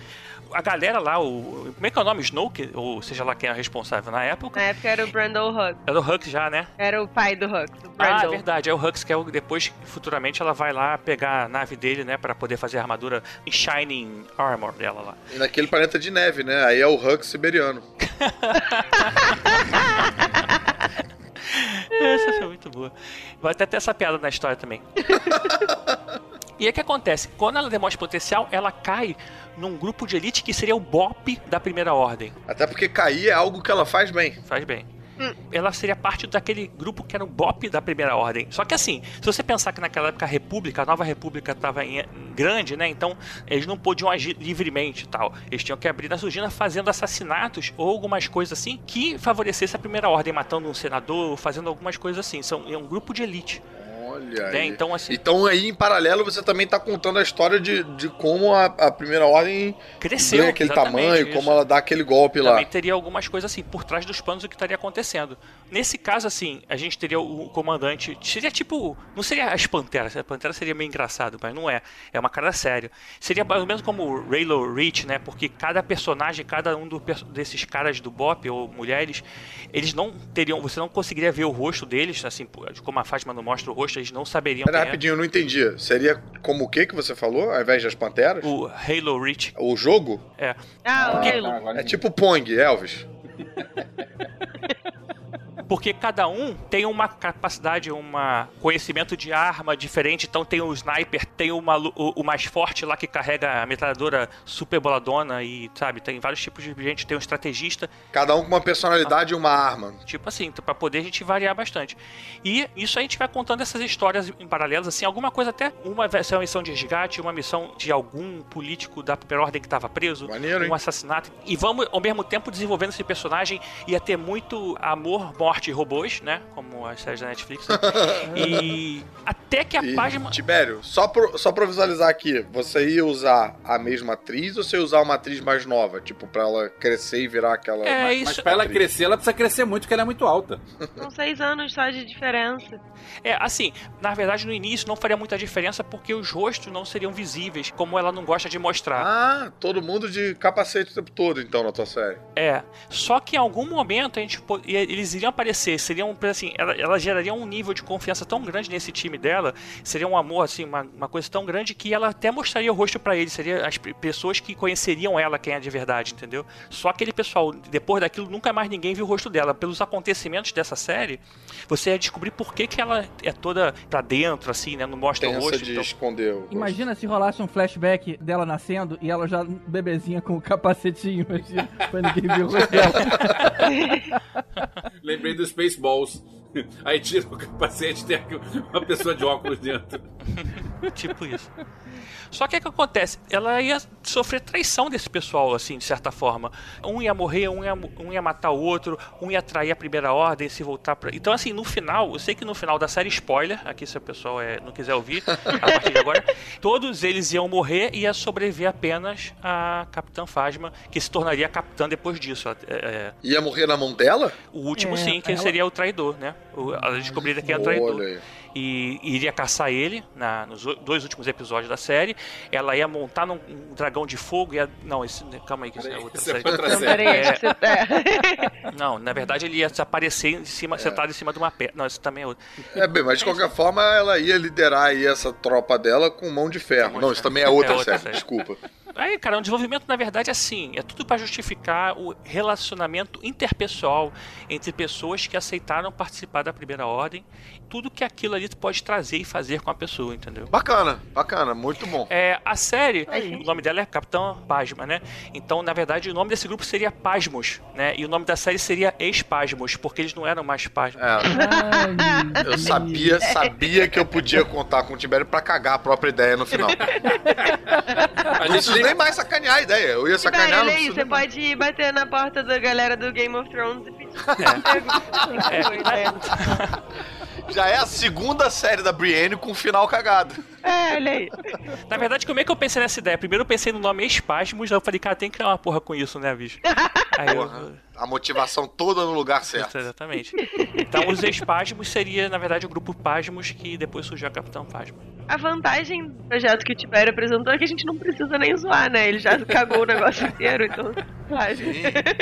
E: A galera lá, o. Como é que é o nome? Snoke, ou seja lá quem é o responsável na época.
H: Na época era o Brandon Hux.
E: Era o Hux já, né?
H: Era o pai do Hux, o
E: Ah, é
H: Brandon.
E: verdade. É o Hux que é o depois, futuramente, ela vai lá pegar a nave dele, né? Pra poder fazer a armadura em Shining Armor dela lá.
C: E naquele planeta de neve, né? Aí é o Hux siberiano.
E: Essa foi muito boa. Vai até ter essa piada na história também. e aí o que acontece? Quando ela demonstra potencial, ela cai num grupo de elite que seria o BOP da primeira ordem.
C: Até porque cair é algo que ela faz bem.
E: Faz bem. Ela seria parte daquele grupo que era o BOP da Primeira Ordem. Só que assim, se você pensar que naquela época a República, a nova República estava grande, né? Então eles não podiam agir livremente e tal. Eles tinham que abrir na surgina fazendo assassinatos ou algumas coisas assim que favorecesse a Primeira Ordem, matando um senador, fazendo algumas coisas assim. São, é um grupo de elite.
C: Olha
E: Né?
C: aí.
E: Então, assim.
C: Então aí, em paralelo, você também tá contando a história de, de como a, a primeira ordem
E: Cresceu,
C: ganha aquele
E: exatamente,
C: tamanho,
E: isso.
C: como ela dá aquele golpe lá.
E: Também teria algumas coisas assim, por trás dos panos o que estaria acontecendo. Nesse caso, assim, a gente teria o comandante. Seria tipo. Não seria as panteras. A pantera seria meio engraçado, mas não é. É uma cara séria. Seria mais ou menos como o Raylo Reach, né? Porque cada personagem, cada um do perso- desses caras do Bop ou mulheres, eles não teriam. Você não conseguiria ver o rosto deles, assim, por- como a Fátima não mostra o rosto, eles não saberiam.
C: Pera,
E: quem é.
C: rapidinho, eu não entendi. Seria como o que que você falou, ao invés das panteras?
E: O Halo Reach.
C: O jogo?
E: É.
H: Ah, o Halo.
C: É tipo Pong, Elvis.
E: Porque cada um tem uma capacidade, um conhecimento de arma diferente. Então tem o sniper, tem o, malu- o- o mais forte lá que carrega a metralhadora super boladona e, sabe, tem vários tipos de gente. Tem um estrategista.
C: Cada um com uma personalidade e uma arma.
E: Tipo assim, pra poder a gente variar bastante. E isso a gente vai contando essas histórias em paralelas, assim, alguma coisa até. Uma vai ser uma missão de resgate, uma missão de algum político da primeira ordem que estava preso, um assassinato. E vamos, ao mesmo tempo, desenvolvendo esse personagem e até muito amor, morte e robôs, né? Como as séries da Netflix. né? e até que a
C: E, tipo
E: página.
C: Tibério, só, pro, só pra visualizar aqui, você ia usar a mesma atriz ou você ia usar uma atriz mais nova? Tipo, pra ela crescer e virar aquela.
E: É,
C: mais-
E: isso-
C: mais
D: Pra ela
C: atriz.
D: crescer, ela precisa crescer muito, porque ela é muito alta.
H: São seis anos só de diferença.
E: É, assim, na verdade no início não faria muita diferença porque os rostos não seriam visíveis, como ela não gosta de mostrar.
C: Ah, todo mundo de capacete o tempo todo, então, na tua série.
E: É, só que em algum momento a gente po- e- eles iriam aparecer, seriam assim, ela, ela geraria um nível de confiança tão grande nesse time dela, seria um amor assim, uma, uma coisa tão grande que ela até mostraria o rosto pra eles, seria as pe- pessoas que conheceriam ela quem é de verdade, entendeu? Só aquele pessoal, depois daquilo nunca mais ninguém viu o rosto dela. Pelos acontecimentos dessa série, você ia descobrir por que, que ela é toda pra dentro assim, né, não mostra o
C: Tensa
E: rosto.
C: de
E: então-
C: esconder o.
G: Imagina se rolasse um flashback dela nascendo e ela já bebezinha com o capacetinho, imagina, quando ninguém viu o rosto dela.
D: Lembrei do Spaceballs. Aí tira o capacete e tem aqui uma pessoa de óculos dentro.
E: tipo isso. Só que o que acontece? Ela ia sofrer traição desse pessoal, assim, de certa forma. Um ia morrer, um ia, um ia matar o outro, um ia trair a primeira ordem, se voltar pra. Então, assim, no final, eu sei que no final da série, spoiler, aqui se o pessoal é, não quiser ouvir, a partir de agora, todos eles iam morrer e ia sobreviver apenas a Capitã Phasma, que se tornaria capitã depois disso. Ela- é- é-
C: Ia morrer na mão dela?
E: o último,
C: É,
E: sim, que
C: ela-
E: seria o traidor, né? O, ela descobriria que é o
C: Olha aí.
E: traidor. E iria caçar ele na, nos o- dois últimos episódios da série. Ela ia montar num um dragão de fogo. Ia, não, esse, calma aí, que isso é outra
D: isso é
E: série.
D: outra
H: Então,
D: Não, série. peraí,
E: É,
D: isso é-
E: não, na verdade ele ia desaparecer em cima, sentado em cima de uma pedra. Não, isso também é outro.
C: É, bem, mas de qualquer forma, ela ia liderar aí essa tropa dela com mão de ferro. Não, isso também é outra,
E: É outra
C: série,
E: série.
C: desculpa.
E: Aí, cara, o desenvolvimento, na verdade, é assim. É tudo pra justificar o relacionamento interpessoal entre pessoas que aceitaram participar da primeira ordem. Tudo que aquilo ali tu pode trazer e fazer com a pessoa, entendeu?
C: Bacana, bacana, muito bom.
E: É, a série, o nome dela é Capitão Pasma, né? Então, na verdade, o nome desse grupo seria Pasmos, né? E o nome da série seria Espasmos, porque eles não eram mais Pasmos.
C: É. Eu sabia, sabia que eu podia contar com o Tibério pra cagar a própria ideia no final. Não preciso nem mais sacanear a ideia. Eu ia sacanear,
H: Pera,
C: não
H: Leí,
C: preciso
H: você
E: é
C: nem...
H: pode ir bater na porta da galera do Game of Thrones e pedir
E: É.
H: emprego. tipo
C: Já é a segunda série da Brienne com final cagado.
H: É, olha aí.
E: Na verdade, como é que eu pensei nessa ideia? Primeiro eu pensei no nome Espasmos, aí eu falei, cara, tem que criar uma porra com isso, né, bicho? Aí eu-
C: Porra, a motivação toda no lugar certo.
E: Exatamente. Então, os Espasmos seria, na verdade, o grupo Pasmos que depois surgiu a Capitão Pasma.
H: A vantagem do projeto que o Tibério apresentou é que a gente não precisa nem zoar, né? Ele já cagou o negócio inteiro, então. Claro.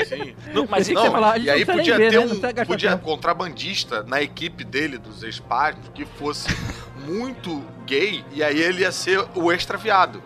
C: Sim.
E: Não,
H: mas
G: isso que você falar, a gente
C: e aí
G: não precisa
C: podia
G: nem ver,
C: ter
G: né? Não precisa
C: um
G: gastar
C: podia
G: tempo.
C: contrabandista na equipe dele, dos espasmos, que fosse muito gay, e aí ele ia ser o extraviado.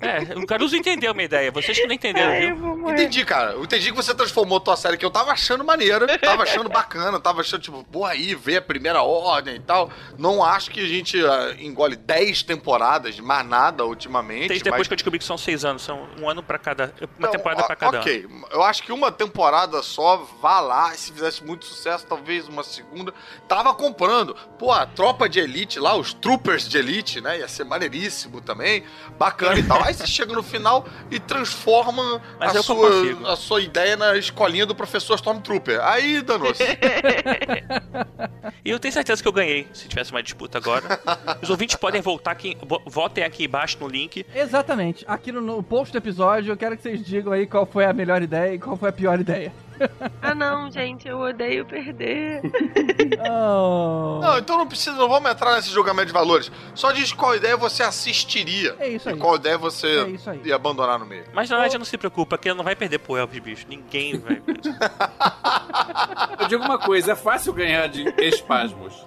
E: É, o Caruso entendeu a minha ideia, vocês que não entenderam,
C: É,
E: viu?
C: Entendi, cara. Eu entendi que você transformou tua série que eu tava achando maneira, tava achando bacana, tava achando, tipo, porra aí, vê a primeira ordem e tal. Não acho que a gente ah, engole 10 temporadas de mais nada ultimamente.
E: Desde depois
C: mas-
E: que eu descobri que são seis anos, são um ano pra cada. Uma temporada
C: o-
E: pra cada
C: Ok,
E: ano.
C: eu acho que uma temporada só, vá lá, se fizesse muito sucesso, talvez uma segunda. Tava comprando. Pô, a tropa de elite lá, os troopers de elite, né? Ia ser maneiríssimo também. Bacana e tal. Aí você chega no final e transforma
E: Mas é
C: a
E: o que eu
C: sua,
E: consigo.
C: a sua ideia na escolinha do professor Stormtrooper. Aí danou-se.
E: E eu tenho certeza que eu ganhei, se tivesse uma disputa agora. Os ouvintes podem voltar aqui, vo- votem aqui embaixo no link.
G: Exatamente. Aqui no, no post do episódio, eu quero que vocês digam aí qual foi a melhor ideia e qual foi a pior ideia.
B: Ah não, gente, eu odeio perder.
G: Oh.
C: Não, então não precisa, não vamos entrar nesse julgamento de valores. Só diz qual ideia você assistiria.
G: É isso
C: E qual ideia você
E: É isso aí.
C: ia abandonar no meio.
E: Mas na verdade não se preocupa, que ele não vai perder pro Elvis, bicho. Ninguém vai.
D: Eu digo uma coisa, é fácil ganhar de espasmos.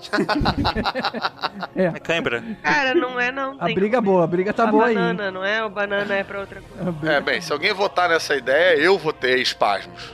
G: É,
E: cãibra.
B: Cara, não é não.
G: A briga é boa, a briga tá
B: a
G: boa
B: banana, não é? O banana é pra outra coisa.
C: É, bem, se alguém votar nessa ideia, eu votei espasmos.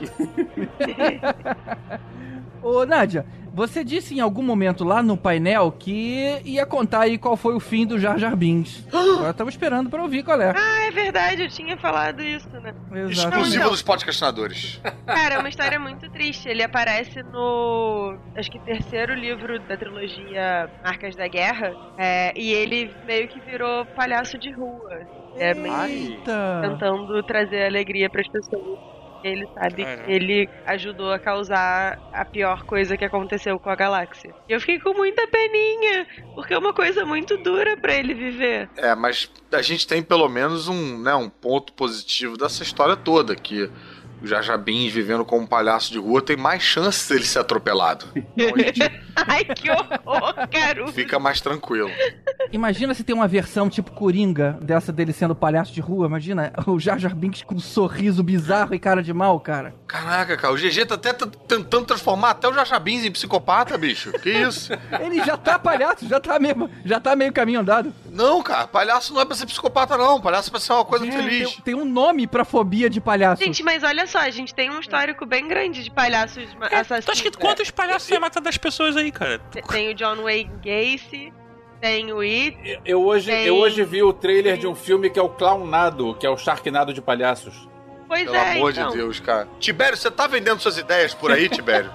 G: aí.
C: É.
G: Ô, Nádia, você disse em algum momento lá no painel que ia contar aí qual foi o fim do Jar Jar Binks. Agora estamos esperando pra ouvir qual é.
B: Ah, é verdade, eu tinha falado isso, né?
G: Exato.
C: Exclusivo dos podcastinadores.
B: Cara, é uma história muito triste. Ele aparece no, acho que terceiro livro da trilogia Marcas da Guerra, é, e ele meio que virou palhaço de rua. É meio
G: Eita.
B: tentando trazer alegria pras pessoas. Ele sabe
G: Cara.
B: que ele ajudou a causar a pior coisa que aconteceu com a galáxia. E eu fiquei com muita peninha, porque é uma coisa muito dura pra ele viver.
C: É, mas a gente tem pelo menos um, né, um ponto positivo dessa história toda, que o Jajabins vivendo como um palhaço de rua tem mais chances dele ser atropelado.
B: Ai, que horror, cara.
C: Fica mais tranquilo.
G: Imagina se tem uma versão tipo Coringa dessa dele sendo palhaço de rua. Imagina o Jar Jar Binks com um sorriso bizarro e cara de mal, cara.
C: Caraca, cara, o GG tá até t- tentando transformar até o Jajabins em psicopata, bicho. Que isso?
G: Ele já tá palhaço, já tá mesmo, já tá meio caminho andado.
C: Não, cara, palhaço não é pra ser psicopata, não. Palhaço é pra ser uma coisa feliz.
G: Tem, tem um nome pra fobia de palhaço.
B: Gente, mas olha só, a gente tem um histórico bem grande de palhaços ma-
E: tá
B: assassinos.
E: Acho que quantos palhaços você mata das pessoas aí, cara?
B: Tem o John Wayne Gacy, tem o It.
D: Eu hoje,
B: tem...
D: eu hoje vi o trailer de um filme que é o Clownado, que é o Sharknado de palhaços.
B: Pois
C: Pelo
B: é,
C: amor
B: então.
C: de Deus, cara. Tibério, você tá vendendo suas ideias por aí, Tibério?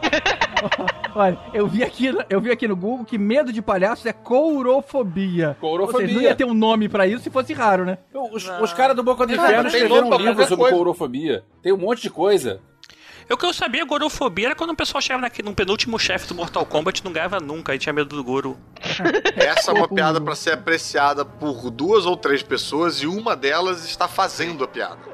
G: Olha, eu vi, aqui, eu vi aqui no Google que medo de palhaço é courofobia. Ou seja, não ia ter um nome pra isso se fosse raro, né?
D: Os, os caras do Boca do
G: Cara,
D: Inferno
G: mas tem
D: escreveram
G: nome pra
D: um livro
G: qualquer
D: sobre
G: coisa.
D: courofobia. Tem um monte de coisa.
E: Eu É que eu sabia, gorofobia era quando o pessoal chegava naquele, no penúltimo chefe do Mortal Kombat e não ganhava nunca, aí tinha medo do Goro.
C: Essa é uma piada pra ser apreciada por duas ou três pessoas e uma delas está fazendo a piada.